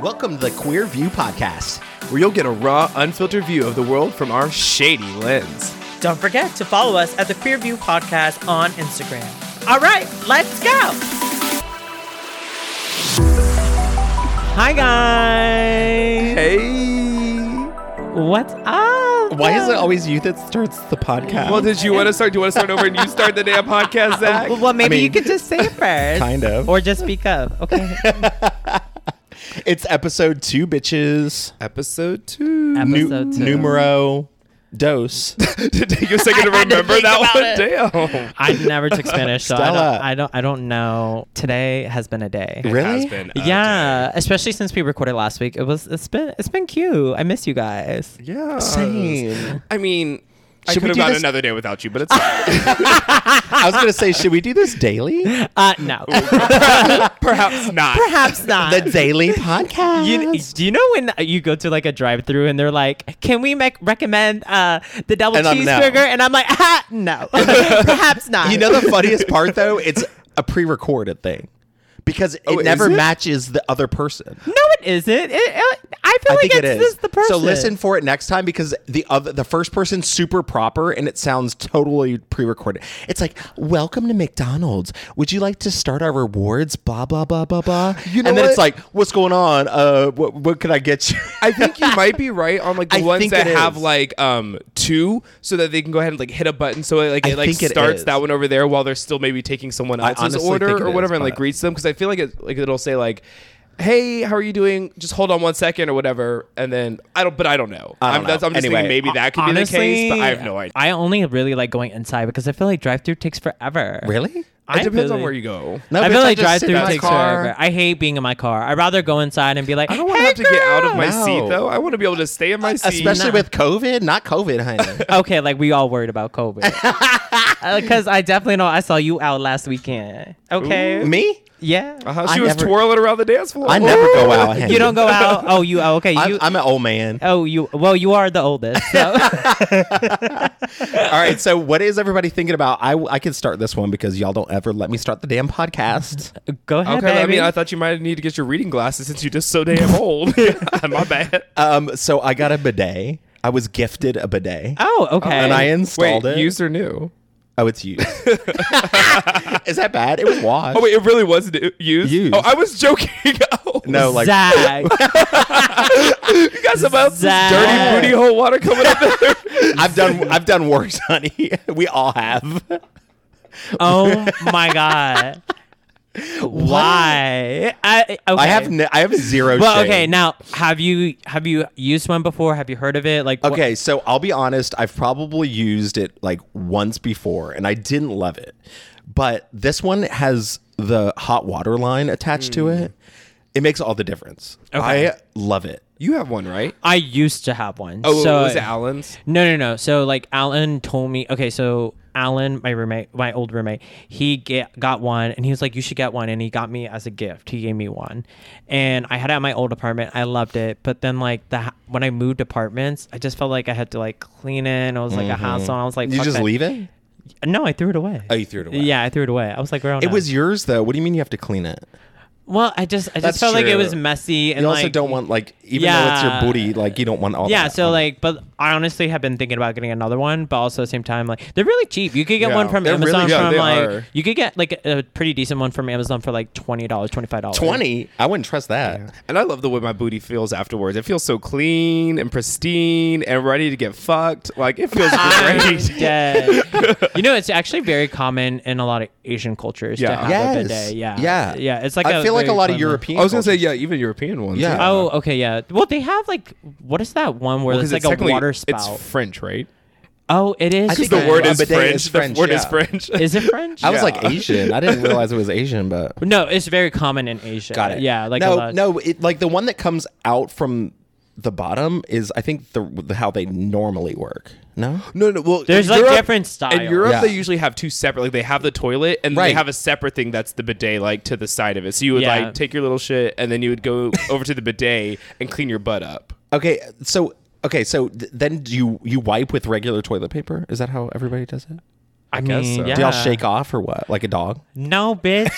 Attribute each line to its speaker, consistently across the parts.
Speaker 1: Welcome to the Queer View Podcast.
Speaker 2: where you'll get a raw, unfiltered view of the world from our shady lens.
Speaker 3: Don't forget to follow us at the Queer View Podcast on Instagram. All right, let's go. Hi guys.
Speaker 2: Hey.
Speaker 3: What's up?
Speaker 1: Why is it always you that starts the podcast?
Speaker 2: Well, did you want to start? Do you want to start over and you start the damn podcast, Zach?
Speaker 3: Well, well, maybe
Speaker 1: I
Speaker 3: you
Speaker 1: mean-
Speaker 3: could just say it first.
Speaker 1: Kind of.
Speaker 3: Or just speak up. Okay.
Speaker 1: it's episode two, bitches.
Speaker 2: Episode two.
Speaker 3: Ep- Episode two.
Speaker 1: Numero dos.
Speaker 2: to take a second to
Speaker 3: I had to
Speaker 2: remember
Speaker 3: think
Speaker 2: that one. Damn.
Speaker 3: I never took Spanish, so I don't,
Speaker 1: Stella.
Speaker 3: I don't I don't know. Today has been a day.
Speaker 1: Really?
Speaker 2: Has been a
Speaker 3: Yeah, especially since we recorded last week. It was it's been it's been cute. I miss you guys.
Speaker 2: day. Yeah.
Speaker 1: Same.
Speaker 2: I mean, I
Speaker 1: Should we
Speaker 2: could have
Speaker 1: do
Speaker 2: gone
Speaker 1: this-
Speaker 2: another day without you, but it's fine.
Speaker 1: I was going to say, should we do this daily?
Speaker 3: Uh no.
Speaker 2: perhaps not.
Speaker 3: Perhaps not.
Speaker 1: The daily podcast.
Speaker 3: You, do you know when uh, you go to like a drive-through and they're like, "Can we make recommend uh, the double
Speaker 1: And I'm no.
Speaker 3: cheeseburger?" And I'm like, ah, "No, perhaps not."
Speaker 1: You know the funniest part though? It's a pre-recorded thing because it
Speaker 2: Oh, is
Speaker 1: never
Speaker 2: it?
Speaker 1: matches the other person.
Speaker 3: no, it isn't. It, it- I feel
Speaker 1: I
Speaker 3: like
Speaker 1: think it
Speaker 3: it's
Speaker 1: is.
Speaker 3: just the person.
Speaker 1: So listen for it next time because the other the first person's super proper and it sounds totally pre-recorded. It's like, "Welcome to McDonald's. Would you like to start our rewards blah blah blah blah blah?"
Speaker 2: You know
Speaker 1: and then it's
Speaker 2: what?
Speaker 1: like, "What's going on? Uh what what could I get you?"
Speaker 2: I think you might be right on like the
Speaker 1: I
Speaker 2: ones
Speaker 1: think
Speaker 2: that
Speaker 1: it
Speaker 2: have
Speaker 1: is.
Speaker 2: like um two, so that they can go ahead and like hit a button, so it, like
Speaker 1: I
Speaker 2: it like
Speaker 1: think it
Speaker 2: starts
Speaker 1: is.
Speaker 2: that one over there while they're still maybe taking someone
Speaker 1: I
Speaker 2: else's
Speaker 1: honestly think
Speaker 2: order
Speaker 1: it
Speaker 2: or
Speaker 1: is,
Speaker 2: whatever, and like
Speaker 1: but-
Speaker 2: reads them because I feel like it like it'll say like. Hey, how are you doing? Just hold on one second or whatever, and then I don't. But I don't know.
Speaker 1: I don't
Speaker 2: I'm, That's,
Speaker 1: know.
Speaker 2: I'm just
Speaker 1: Anyway,
Speaker 2: thinking maybe that could
Speaker 3: Honestly,
Speaker 2: be the case, but I have no idea.
Speaker 3: I only really like going inside because I feel like drive-through takes forever.
Speaker 1: really?
Speaker 3: I
Speaker 2: it depends
Speaker 3: really-
Speaker 2: on where you go.
Speaker 1: No,
Speaker 3: I
Speaker 1: bitch,
Speaker 3: feel like
Speaker 1: just sit in
Speaker 3: drive-through
Speaker 1: my
Speaker 3: takes
Speaker 1: car.
Speaker 3: forever. I hate being in my car. I'd rather go inside and be like,
Speaker 2: I don't want to
Speaker 3: "Hey,
Speaker 2: have to get out of
Speaker 3: girl."
Speaker 2: my
Speaker 1: No.
Speaker 2: seat though. I want to be able to stay in my seat.
Speaker 1: Especially
Speaker 3: Nah.
Speaker 1: with COVID, not COVID, honey.
Speaker 3: Okay, like we all worried about COVID. Because I definitely know I saw you out last weekend. Okay.
Speaker 1: Me?
Speaker 3: Yeah.
Speaker 2: Uh-huh,
Speaker 1: I
Speaker 2: she was
Speaker 1: never-
Speaker 2: twirling around the dance floor.
Speaker 1: I never go out.
Speaker 3: You don't go out. Oh, you. Oh, okay.
Speaker 1: I'm,
Speaker 3: You.
Speaker 1: I'm an old man.
Speaker 3: oh, you. Well, you are the oldest. So.
Speaker 1: All right. So, what is everybody thinking about? I, I can start this one because y'all don't ever let me start the damn podcast.
Speaker 3: Go ahead,
Speaker 2: Okay, I
Speaker 3: baby.
Speaker 2: mean, I thought you might need to get your reading glasses since you're just so damn old. My bad.
Speaker 1: Um. So I got a bidet. I was gifted a bidet,
Speaker 3: oh, okay.
Speaker 1: and I installed it.
Speaker 2: wait, used or new?
Speaker 1: oh, it's used. is that bad? It was washed.
Speaker 2: Oh wait, it really was new- used.
Speaker 1: Used.
Speaker 2: Oh, I was joking. oh,
Speaker 1: No, like
Speaker 3: Zach.
Speaker 2: you got some else
Speaker 3: Zach.
Speaker 2: dirty booty hole water coming up. there.
Speaker 1: I've done. I've done worse, honey. we all have.
Speaker 3: oh my god. Why? I. Okay.
Speaker 1: I have. No, I have zero.
Speaker 3: well,
Speaker 1: shame.
Speaker 3: okay. Now, have you have you used one before? Have you heard of it? Like, wh-
Speaker 1: Okay, so I'll be honest, I've probably used it like once before and I didn't love it. But this one has the hot water line attached to it. It makes all the difference.
Speaker 3: Okay.
Speaker 1: I love it.
Speaker 2: you have one, right?
Speaker 3: I used to have one.
Speaker 2: Oh,
Speaker 3: so,
Speaker 2: was it Alan's?
Speaker 3: No, no, no. So like Alan told me, okay, so Alan, my roommate, my old roommate, he get, got one and he was like, you should get one. And he got me as a gift. He gave me one and I had it at my old apartment. I loved it. But then like the, ho- when I moved apartments, I just felt like I had to like clean it and it was like a hassle. And I was like,
Speaker 1: Mm-hmm. You
Speaker 3: fuck
Speaker 1: just
Speaker 3: that.
Speaker 1: leave it?
Speaker 3: No, I threw it away.
Speaker 1: Oh, you threw it away.
Speaker 3: Yeah, I threw it away. I was like, girl,
Speaker 1: It
Speaker 3: no.
Speaker 1: was yours though. What do you mean you have to clean it?
Speaker 3: well, I just, I
Speaker 1: That's
Speaker 3: just felt like it
Speaker 1: true.
Speaker 3: was messy. And
Speaker 1: You also
Speaker 3: like,
Speaker 1: don't want like even though it's your
Speaker 3: Yeah.
Speaker 1: booty, like you don't want all
Speaker 3: Yeah,
Speaker 1: that.
Speaker 3: so like, but I honestly have been thinking about getting another one, but also at the same time, like, they're really cheap. You could get
Speaker 2: Yeah,
Speaker 3: one from
Speaker 2: they're really-
Speaker 3: Amazon
Speaker 2: yeah,
Speaker 3: from
Speaker 2: they
Speaker 3: like,
Speaker 2: are.
Speaker 3: you could get like a pretty decent one from Amazon for like $20, $25.
Speaker 1: 20? I wouldn't trust that.
Speaker 2: And I love the way my booty feels afterwards. It feels so clean and pristine and ready to get fucked. Like it feels
Speaker 3: I'm
Speaker 2: great.
Speaker 3: dead. you know, it's actually very common in a lot of Asian cultures to
Speaker 2: Yeah.
Speaker 3: have a
Speaker 1: Yes.
Speaker 3: bidet. Yeah.
Speaker 1: Yeah.
Speaker 3: Yeah. It's like,
Speaker 1: I
Speaker 3: a
Speaker 1: feel like a
Speaker 3: very
Speaker 1: lot of
Speaker 3: common-
Speaker 1: European
Speaker 2: I was gonna say
Speaker 1: cultures-
Speaker 2: yeah, even European ones.
Speaker 1: Yeah.
Speaker 3: Oh, okay. Yeah. Well, they have like, what is that one where
Speaker 2: Well, 'cause
Speaker 3: it's like a
Speaker 2: technically-
Speaker 3: water spout?
Speaker 2: It's French, right?
Speaker 3: oh, it is.
Speaker 1: I think
Speaker 2: The
Speaker 1: Yeah.
Speaker 2: word
Speaker 1: A
Speaker 2: is
Speaker 1: bidet
Speaker 2: French.
Speaker 1: is
Speaker 2: The
Speaker 1: French,
Speaker 2: word is
Speaker 1: yeah.
Speaker 2: French.
Speaker 3: Is it French?
Speaker 1: I was
Speaker 2: Yeah.
Speaker 1: like Asian. I didn't realize it was Asian, but
Speaker 3: no, it's very common in Asia.
Speaker 1: Got it.
Speaker 3: Yeah. Like,
Speaker 1: no,
Speaker 3: a lot.
Speaker 1: no, it, like the one that comes out from the bottom is, I think, the, the how they normally work. No,
Speaker 2: No, no. Well,
Speaker 3: There's,
Speaker 2: in
Speaker 3: like, different styles.
Speaker 2: In Europe,
Speaker 1: Yeah.
Speaker 2: they usually have two separate. Like they have the toilet, and they
Speaker 1: Right.
Speaker 2: have a separate thing that's the bidet, like to the side of it. So you would
Speaker 3: Yeah.
Speaker 2: like take your little shit, and then you would go over to the bidet and clean your butt up.
Speaker 1: okay, so okay, so th- then do you you wipe with regular toilet paper? Is that how everybody does it?
Speaker 3: I
Speaker 2: guess
Speaker 3: mean,
Speaker 2: so.
Speaker 3: yeah.
Speaker 1: Do y'all shake off or what, like a dog?
Speaker 3: No, bitch.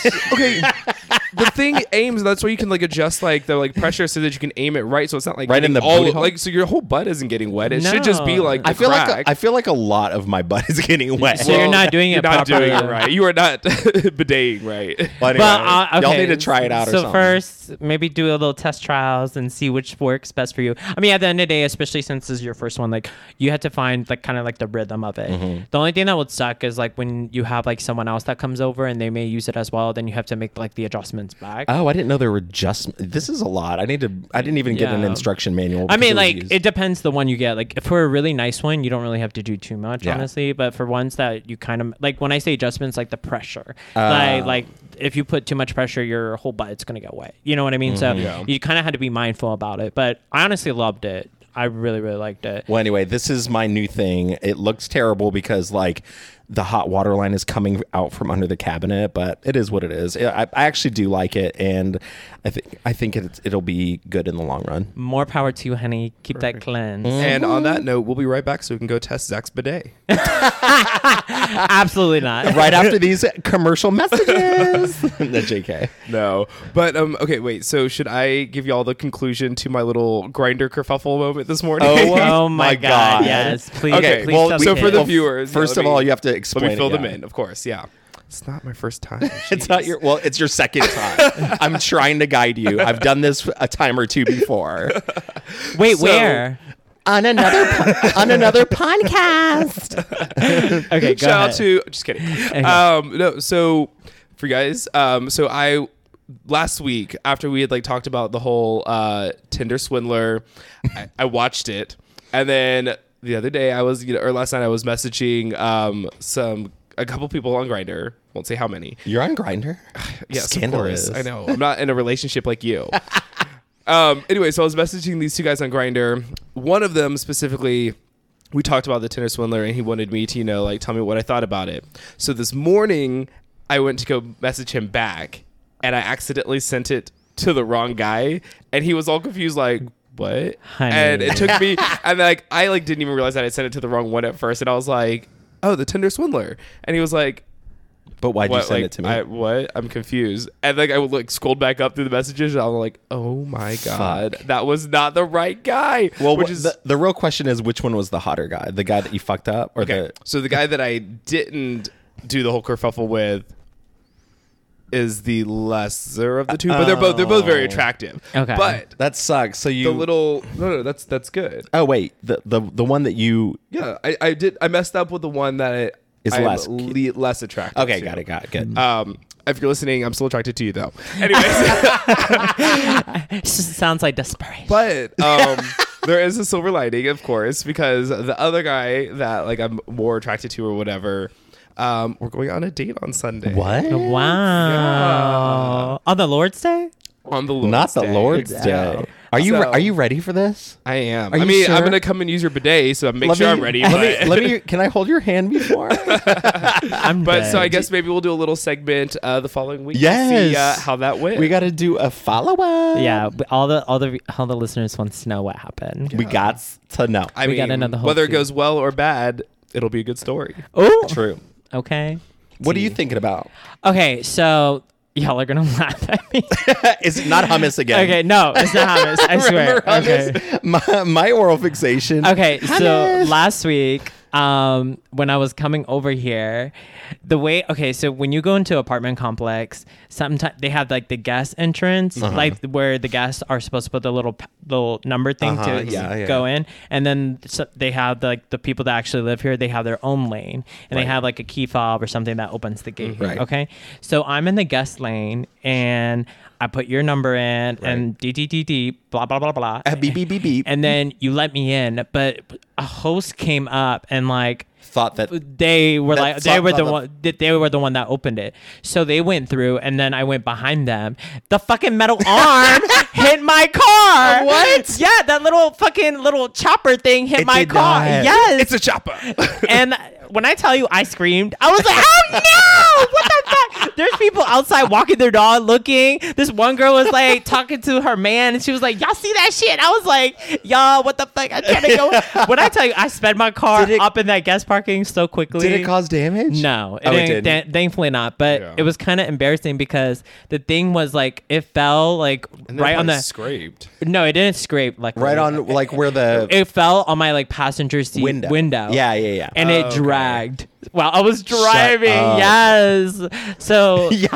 Speaker 2: the thing aims. That's why you can like adjust like the like pressure so that you can aim it right, so it's not like
Speaker 1: Right in
Speaker 2: getting
Speaker 1: the
Speaker 2: all
Speaker 1: booty hole?
Speaker 2: like so your whole butt isn't getting wet. It should just be
Speaker 3: No.
Speaker 2: like
Speaker 1: I
Speaker 2: the
Speaker 1: feel like
Speaker 2: crack.
Speaker 1: a, I feel like a lot of my butt is getting wet.
Speaker 3: So you're not doing
Speaker 2: you're
Speaker 3: it
Speaker 2: not
Speaker 3: properly.
Speaker 2: doing it right. You are not bideting right.
Speaker 1: Well, anyway,
Speaker 3: But uh,
Speaker 1: y'all
Speaker 3: okay,
Speaker 1: need to try it out.
Speaker 3: So
Speaker 1: or something.
Speaker 3: first, maybe do a little test trials and see which works best for you. I mean, at the end of the day, especially since this is your first one, like you had to find like kind of like the rhythm of it.
Speaker 1: Mm-hmm.
Speaker 3: The only thing that would suck is like when you have like someone else that comes over and they may use it as well. Then you have to make like the adjustments back.
Speaker 1: Oh, I didn't know there were just. This is a lot. I need to. I didn't even get an
Speaker 3: Yeah.
Speaker 1: instruction manual.
Speaker 3: I
Speaker 1: because
Speaker 3: mean,
Speaker 1: was
Speaker 3: like
Speaker 1: used.
Speaker 3: it depends the one you get. Like for a really nice one, you don't really have to do too much,
Speaker 1: Yeah.
Speaker 3: honestly. But for ones that you kind of like, when I say adjustments, like the pressure, like like if you put too much pressure, your whole butt's gonna get wet. You know what I mean? so you kind of had to be mindful about it. But I honestly loved it. I really really liked it.
Speaker 1: Well, anyway, this is my new thing. It looks terrible because like the hot water line is coming out from under the cabinet, but it is what it is. I, I actually do like it, and I think I think it's, it'll be good in the long run.
Speaker 3: More power to you, honey. Keep that cleanse.
Speaker 2: and on that note, we'll be right back so we can go test Zach's bidet.
Speaker 3: Absolutely not.
Speaker 1: Right after these commercial messages, the JK.
Speaker 2: No, but um, okay, wait. So should I give y'all the conclusion to my little grinder kerfuffle moment this morning?
Speaker 1: Oh,
Speaker 3: Oh my,
Speaker 1: My
Speaker 3: god.
Speaker 1: God.
Speaker 3: Yes. Please.
Speaker 2: Okay,
Speaker 3: Please
Speaker 2: well,
Speaker 3: tell
Speaker 2: we- so
Speaker 3: me
Speaker 2: for
Speaker 3: it.
Speaker 2: the viewers,
Speaker 1: First
Speaker 2: yeah,
Speaker 1: of
Speaker 2: let
Speaker 1: all,
Speaker 2: me-
Speaker 1: you have to
Speaker 2: Let
Speaker 1: explain.
Speaker 2: me fill
Speaker 1: it,
Speaker 2: them
Speaker 1: yeah.
Speaker 2: in, of course. Yeah, it's not my first time.
Speaker 1: It's not your well. It's your second time. I'm trying to guide you. I've done this a time or two before.
Speaker 3: wait,
Speaker 2: so-
Speaker 3: where?
Speaker 1: on another po- on another podcast.
Speaker 3: Okay, go
Speaker 2: Shout
Speaker 3: ahead.
Speaker 2: out to just kidding. Um, no, so for you guys, um, so I last week after we had like talked about the whole uh, Tinder swindler, I, I watched it, and then the other day I was you know, or last night I was messaging um, some a couple people on Grinder. Won't say how many.
Speaker 1: You're on Grinder.
Speaker 2: Yes,
Speaker 1: Scandalous.
Speaker 2: Of course. I know. I'm not in a relationship like you. um. Anyway, so I was messaging these two guys on Grinder. One of them specifically, we talked about the Tinder swindler, and he wanted me to, you know, like tell me what I thought about it. So this morning, I went to go message him back, and I accidentally sent it to the wrong guy, and he was all confused, like. What?
Speaker 3: Honey.
Speaker 2: And it took me, and like I like didn't even realize that I sent it to the wrong one at first, and I was like, "Oh, the Tinder swindler," and he was like,
Speaker 1: But why'd
Speaker 2: what,
Speaker 1: you send
Speaker 2: like,
Speaker 1: it to me?
Speaker 2: I, what? I'm confused. And like I would like scrolled back up through the messages, and I'm like, oh my god, that was not the right guy.
Speaker 1: well,
Speaker 2: which
Speaker 1: wh-
Speaker 2: is
Speaker 1: the, the real question is which one was the hotter guy? The guy that you fucked up, or
Speaker 2: okay. So the guy that I didn't do the whole kerfuffle with is the lesser of the two, but they're both they're both very attractive.
Speaker 3: Okay.
Speaker 2: but
Speaker 1: the that sucks? So Oh. you
Speaker 2: the little no no that's that's good.
Speaker 1: oh wait the the the one that you
Speaker 2: Yeah, I, I did I messed up with the one that I,
Speaker 1: Is
Speaker 2: I am
Speaker 1: less
Speaker 2: le- less attractive.
Speaker 1: okay
Speaker 2: to.
Speaker 1: got it got it good. Uh,
Speaker 2: Um, if you're listening, I'm still attracted to you though. Anyways.
Speaker 3: Sounds like desperation.
Speaker 2: But um, there is a silver lining, of course, because the other guy that like I'm more attracted to or whatever, um, we're going on a date on Sunday.
Speaker 1: what?
Speaker 3: Wow. On the Lord's Day?
Speaker 2: On the Lord's
Speaker 1: Not the
Speaker 2: Day.
Speaker 1: Lord's Day. Are you
Speaker 2: So-
Speaker 1: are you ready for this?
Speaker 2: I am.
Speaker 1: Are
Speaker 2: I
Speaker 1: you
Speaker 2: mean,
Speaker 1: sure?
Speaker 2: I'm gonna come and use your bidet, so make sure I'm ready.
Speaker 1: Let
Speaker 2: but
Speaker 1: me, let me. Can I hold your hand before?
Speaker 3: I'm
Speaker 2: but
Speaker 3: dead.
Speaker 2: so I guess maybe we'll do a little segment uh, the following week. to see uh,
Speaker 1: yes.
Speaker 2: how that went.
Speaker 1: We got to do a follow up.
Speaker 3: yeah, but all the all the all the listeners wants to know what happened.
Speaker 1: We got to know.
Speaker 2: I
Speaker 3: we
Speaker 2: mean,
Speaker 3: got another whole
Speaker 2: whether it
Speaker 3: season.
Speaker 2: goes well or bad, it'll be a good story.
Speaker 3: Oh,
Speaker 1: True.
Speaker 3: Okay.
Speaker 1: What are you thinking about?
Speaker 3: Okay, so y'all are gonna laugh at me.
Speaker 1: Is it not hummus again?
Speaker 3: okay, no, it's not hummus. I swear. Okay.
Speaker 1: My, my oral fixation.
Speaker 3: Okay, so
Speaker 1: Hummus.
Speaker 3: last week, um, when I was coming over here, the way okay, so when you go into apartment complex, sometimes they have like the guest entrance,
Speaker 1: Uh-huh.
Speaker 3: like where the guests are supposed to put the little p- little number thing
Speaker 1: Uh-huh,
Speaker 3: to
Speaker 1: yeah, yeah.
Speaker 3: go in, and then so they have like the people that actually live here, they have their own lane, and they have like a key fob or something that opens the gate.
Speaker 1: Mm-hmm. Right.
Speaker 3: Okay, so I'm in the guest lane and. I put your number in and d d d d blah blah blah blah.
Speaker 1: Uh, beep, beep, beep, beep.
Speaker 3: And then you let me in, but a host came up and like
Speaker 1: thought that
Speaker 3: they were
Speaker 1: That
Speaker 3: like
Speaker 1: sucked
Speaker 3: they were the
Speaker 1: on the-
Speaker 3: one that they were the one that opened it. So they went through and then I went behind them. The fucking metal arm hit my car.
Speaker 1: What?
Speaker 3: Yeah, that little fucking little chopper thing hit
Speaker 1: It
Speaker 3: my
Speaker 1: did
Speaker 3: car.
Speaker 1: not.
Speaker 3: Yes.
Speaker 2: It's a chopper.
Speaker 3: and when I tell you I screamed, I was like, "Oh no! What the fuck?" There's people outside walking their dog looking. This one girl was like talking to her man and she was like, Y'all see that shit? I was like, Y'all, what the fuck? I'm trying to go. when I tell you, I sped my car
Speaker 1: Did it-
Speaker 3: up in that guest parking so quickly.
Speaker 1: Did it cause damage?
Speaker 3: No, it
Speaker 1: Oh, it
Speaker 3: didn't-
Speaker 1: didn't.
Speaker 3: tha- thankfully not. But
Speaker 2: Yeah.
Speaker 3: it was kind of embarrassing because the thing was like it fell like
Speaker 2: And they're
Speaker 3: right on
Speaker 2: probably
Speaker 3: the.
Speaker 2: scraped.
Speaker 3: no, it didn't scrape. Like
Speaker 1: Right on, like where the
Speaker 3: It fell on my like passenger seat
Speaker 1: window.
Speaker 3: window.
Speaker 1: Yeah, yeah, yeah.
Speaker 3: And
Speaker 2: Oh,
Speaker 3: it
Speaker 2: okay.
Speaker 3: dragged while I was driving.
Speaker 1: up.
Speaker 3: Yes. So
Speaker 1: yeah.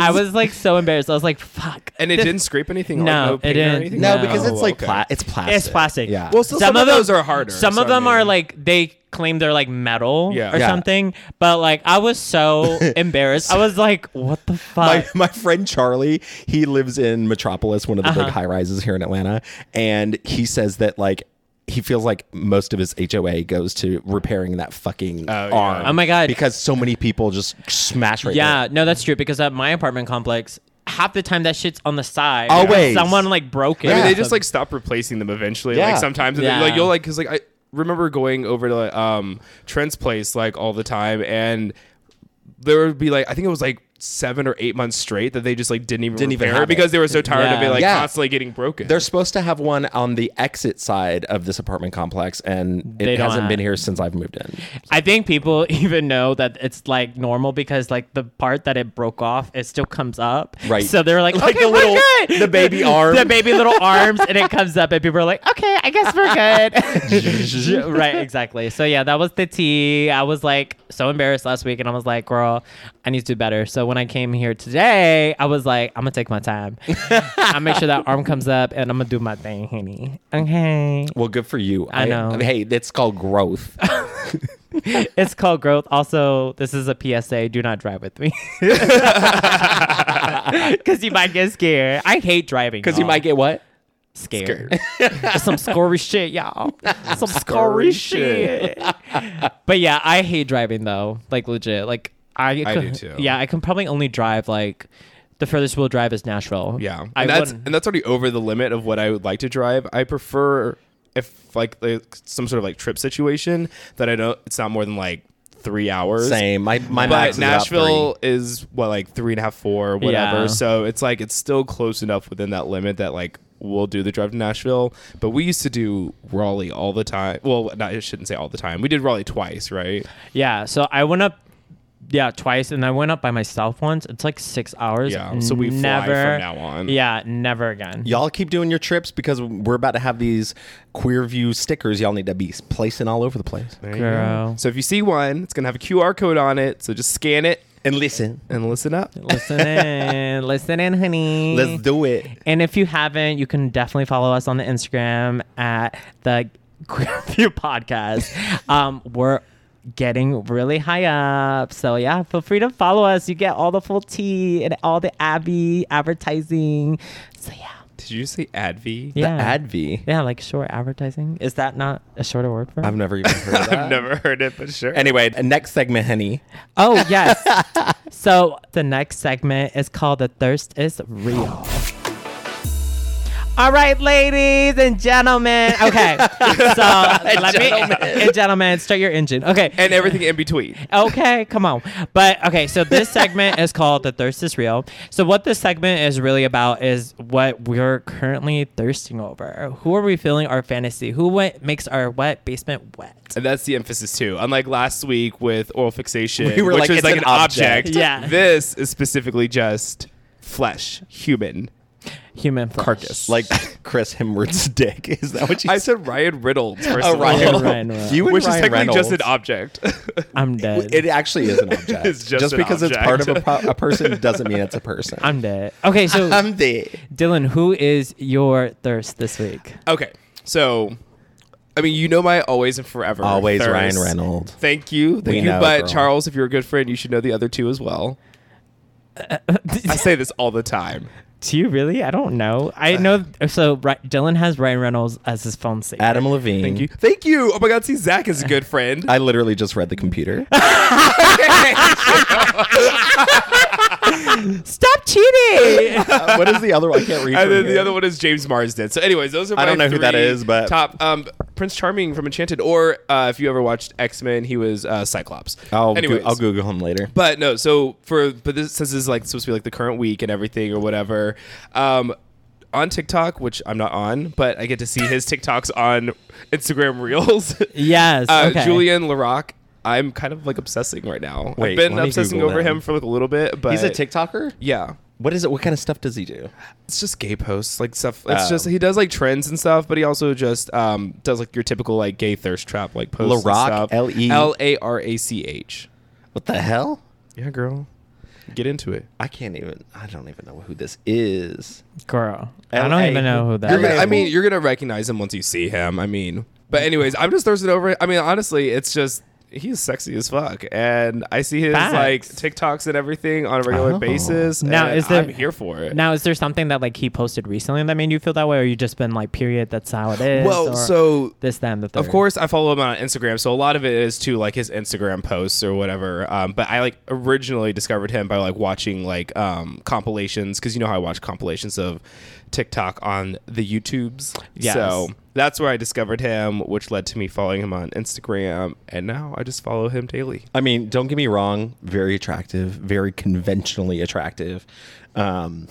Speaker 3: I was like so embarrassed. I was like, fuck.
Speaker 2: And it
Speaker 3: This-
Speaker 2: didn't scrape anything.
Speaker 3: No,
Speaker 2: like, no
Speaker 3: it
Speaker 2: paint Or
Speaker 3: didn't.
Speaker 2: anything? Oh,
Speaker 1: no,
Speaker 3: No.
Speaker 1: because it's like
Speaker 2: okay.
Speaker 1: pla- it's plastic.
Speaker 3: It's plastic.
Speaker 1: Yeah.
Speaker 2: Well, so some, of
Speaker 3: them-
Speaker 2: those are harder.
Speaker 3: Some
Speaker 2: so
Speaker 3: of them
Speaker 2: I
Speaker 3: are
Speaker 2: mean-
Speaker 3: like they claim they're like metal
Speaker 2: Yeah.
Speaker 3: or
Speaker 1: Yeah.
Speaker 3: something, but like I was so embarrassed. I was like, what the
Speaker 1: my,
Speaker 3: fuck?
Speaker 1: my friend Charlie, he lives in Metropolis, one of the big
Speaker 3: Uh-huh.
Speaker 1: high rises here in Atlanta, and he says that like he feels like most of his HOA goes to repairing that fucking
Speaker 2: yeah.
Speaker 1: arm.
Speaker 3: Oh my God.
Speaker 1: Because so many people just smash right
Speaker 3: yeah,
Speaker 1: there.
Speaker 3: no, that's true because at my apartment complex, half the time that shit's on the side.
Speaker 1: Always.
Speaker 3: someone like broke it.
Speaker 2: I mean,
Speaker 1: Yeah.
Speaker 2: they just like stop replacing them eventually.
Speaker 1: Yeah.
Speaker 2: Like sometimes, and then,
Speaker 3: Yeah.
Speaker 2: like you'll like because like I remember going over to like, um Trent's place like all the time, and there would be like I think it was like seven or eight months straight that they just like didn't even
Speaker 1: Didn't even
Speaker 2: repair
Speaker 1: have
Speaker 2: it because
Speaker 1: it.
Speaker 2: they were so tired of
Speaker 3: Yeah.
Speaker 2: it like
Speaker 1: Yeah.
Speaker 2: constantly getting broken.
Speaker 1: They're supposed to have one on the exit side of this apartment complex, and
Speaker 3: They
Speaker 1: it
Speaker 3: don't
Speaker 1: hasn't
Speaker 3: have
Speaker 1: been
Speaker 3: it.
Speaker 1: here since I've moved in.
Speaker 3: I think people even know that it's like normal because like the part that it broke off, it still comes up.
Speaker 1: Right.
Speaker 3: So they're like,
Speaker 1: Like
Speaker 3: okay,
Speaker 1: the
Speaker 3: we're
Speaker 1: little-
Speaker 3: good.
Speaker 1: the baby arm.
Speaker 3: the baby little arms, and it comes up, and people are like, okay, I guess we're good. right. Exactly. So yeah, that was the tea. I was like so embarrassed last week, and I was like, girl, I need to do better. So when I came here today, I was like, I'm gonna take my time. I make sure that arm comes up, and I'm gonna do my thing, honey. Okay.
Speaker 1: Well, good for you.
Speaker 3: I know.
Speaker 1: hey, it's called growth.
Speaker 3: It's called growth. Also, this is a PSA. Do not drive with me. Because you might get scared. I hate driving.
Speaker 1: Because you
Speaker 3: y'all.
Speaker 1: might get what?
Speaker 3: scared. Some scary shit, y'all. Some scary shit. but yeah, I hate driving though. Like legit. Like I,
Speaker 2: I
Speaker 3: could-
Speaker 2: do, too.
Speaker 3: Yeah, I can probably only drive like the furthest we'll drive is Nashville.
Speaker 2: yeah,
Speaker 3: I
Speaker 2: and that's
Speaker 3: wouldn't-
Speaker 2: and that's already over the limit of what I would like to drive. I prefer if like the, some sort of like trip situation that I don't. It's not more than like three hours.
Speaker 1: Same. My my max
Speaker 2: but
Speaker 1: is about three.
Speaker 2: Nashville is what like three and a half, four, whatever.
Speaker 3: Yeah.
Speaker 2: So it's like it's still close enough within that limit that like we'll do the drive to Nashville. But we used to do Raleigh all the time. Well, not, I shouldn't say all the time. We did Raleigh twice, right?
Speaker 3: yeah. So I went up yeah, twice and I went up by myself once. It's like six hours.
Speaker 2: Yeah, so we fly from now on.
Speaker 3: Yeah, never again.
Speaker 1: Y'all keep doing your trips because we're about to have these queer view stickers y'all need to be placing all over the place.
Speaker 2: There you go.
Speaker 3: Girl.
Speaker 2: So if you see one, it's gonna have a QR code on it. So just scan it
Speaker 1: And listen,
Speaker 2: and listen up.
Speaker 3: Listen in, listen in, honey.
Speaker 1: let's do it.
Speaker 3: and if you haven't, you can definitely follow us on the Instagram at the Queer View Podcast. Um, we're getting really high up, so yeah, feel free to follow us. You get all the full tea and all the Abby advertising. So yeah,
Speaker 2: Did you say Advi?
Speaker 3: yeah,
Speaker 1: The Advi.
Speaker 3: yeah, like short advertising. Is that not a shorter word for? it?
Speaker 1: I've never even heard of that.
Speaker 2: I've never heard it, but sure.
Speaker 1: Anyway, next segment, honey.
Speaker 3: Oh, yes. so the next segment is called The Thirst is Real. All right, ladies and gentlemen. Okay. So let me and gentlemen, start your engine. Okay.
Speaker 2: and everything in between.
Speaker 3: okay, come on. But okay, so this segment is called The Thirst is Real. So what this segment is really about is what we're currently thirsting over. Who are we feeling our fantasy? Who what makes our wet basement wet?
Speaker 2: And that's the emphasis too. Unlike last week with oral fixation,
Speaker 1: We were
Speaker 2: which
Speaker 1: like,
Speaker 2: is
Speaker 1: it's
Speaker 2: like
Speaker 1: an
Speaker 2: an object.
Speaker 1: object.
Speaker 3: Yeah.
Speaker 2: This is specifically just flesh, human
Speaker 3: Human flesh.
Speaker 2: carcass.
Speaker 1: Like Chris Hemsworth's dick. Is that what you
Speaker 2: I
Speaker 1: said?
Speaker 2: said Ryan Reynolds first
Speaker 1: Oh,
Speaker 2: of
Speaker 1: Ryan
Speaker 2: all,
Speaker 3: Ryan Reynolds.
Speaker 1: You and
Speaker 2: which
Speaker 1: Ryan
Speaker 2: is technically just an
Speaker 1: Reynolds.
Speaker 2: object.
Speaker 3: I'm dead.
Speaker 1: It actually is an object.
Speaker 2: It's just an
Speaker 1: because it's part
Speaker 2: object.
Speaker 1: of a, pro- a person doesn't mean it's a person.
Speaker 3: I'm dead. Okay, so
Speaker 1: I'm dead.
Speaker 3: Dylan, who is your thirst this week?
Speaker 2: okay, so I mean, you know my always and forever.
Speaker 1: Always
Speaker 2: thirst.
Speaker 1: Ryan Reynolds.
Speaker 2: Thank you, thank you.
Speaker 1: know,
Speaker 2: but
Speaker 1: girl.
Speaker 2: Charles, if you're a good friend, you should know the other two as well. I say this all the time.
Speaker 3: Do you really? I don't know. I
Speaker 2: Uh,
Speaker 3: know. So Ry- Dylan has Ryan Reynolds as his phone saver.
Speaker 1: Adam Levine.
Speaker 2: Thank you, thank you. Oh my God, see Zach is a good friend.
Speaker 1: I literally just read the computer.
Speaker 3: Stop cheating.
Speaker 1: Uh, what is the other one? I can't read.
Speaker 2: and
Speaker 1: from
Speaker 2: then the
Speaker 1: here.
Speaker 2: other one is James Marsden. So, anyways, those are
Speaker 1: I
Speaker 2: my
Speaker 1: don't know who that
Speaker 2: three
Speaker 1: is, but-
Speaker 2: top. Um, Prince Charming from Enchanted, or uh, if you ever watched X Men, he was uh, Cyclops.
Speaker 1: I'll, go-
Speaker 2: Anyways.
Speaker 1: I'll Google him later.
Speaker 2: But no, so for but this since this is like supposed to be like the current week and everything or whatever, um, on TikTok, which I'm not on, but I get to see his TikToks on Instagram Reels.
Speaker 3: Yes.
Speaker 2: uh,
Speaker 3: okay.
Speaker 2: Julian LaRock, I'm kind of like obsessing right now.
Speaker 1: Wait,
Speaker 2: I've been
Speaker 1: let me
Speaker 2: obsessing
Speaker 1: Google
Speaker 2: over
Speaker 1: him.
Speaker 2: him for like a little bit, but
Speaker 1: He's a TikToker.
Speaker 2: Yeah,
Speaker 1: What is it? What kind of stuff does he do?
Speaker 2: it's just gay posts, like stuff. It's
Speaker 1: Oh.
Speaker 2: just he does like trends and stuff, but he also just um does like your typical like gay thirst trap like posts.
Speaker 1: LaRock,
Speaker 2: and stuff.
Speaker 1: L-E-
Speaker 2: L A R A C H.
Speaker 1: What the hell?
Speaker 2: Yeah, girl, get into it.
Speaker 1: I can't even. I don't even know who this is.
Speaker 3: Girl. I don't
Speaker 1: LA.
Speaker 3: even know who that
Speaker 2: You're
Speaker 1: Okay.
Speaker 2: gonna,
Speaker 3: is.
Speaker 2: I mean, you're gonna recognize him once you see him. I mean, but anyways, I'm just thirsting over it. I mean, honestly, it's just he's sexy as fuck, and I see his
Speaker 3: Facts.
Speaker 2: like TikToks and everything on a regular
Speaker 1: Oh.
Speaker 2: basis.
Speaker 3: Now,
Speaker 2: and
Speaker 3: is there-
Speaker 2: uh, I'm here for it.
Speaker 3: Now, is there something that like he posted recently that made you feel that way, or you just been like, period, that's how it is?
Speaker 2: well,
Speaker 3: or
Speaker 2: so
Speaker 3: this, that, and the third.
Speaker 2: of course I follow him on Instagram, so a lot of it is to like his Instagram posts or whatever. Um, but I like originally discovered him by like watching like um, compilations because you know how I watch compilations of TikTok on the YouTubes.
Speaker 3: Yes.
Speaker 2: So that's where I discovered him, which led to me following him on Instagram, and now I just follow him daily.
Speaker 1: I mean, don't get me wrong. Very attractive. Very conventionally attractive. Um,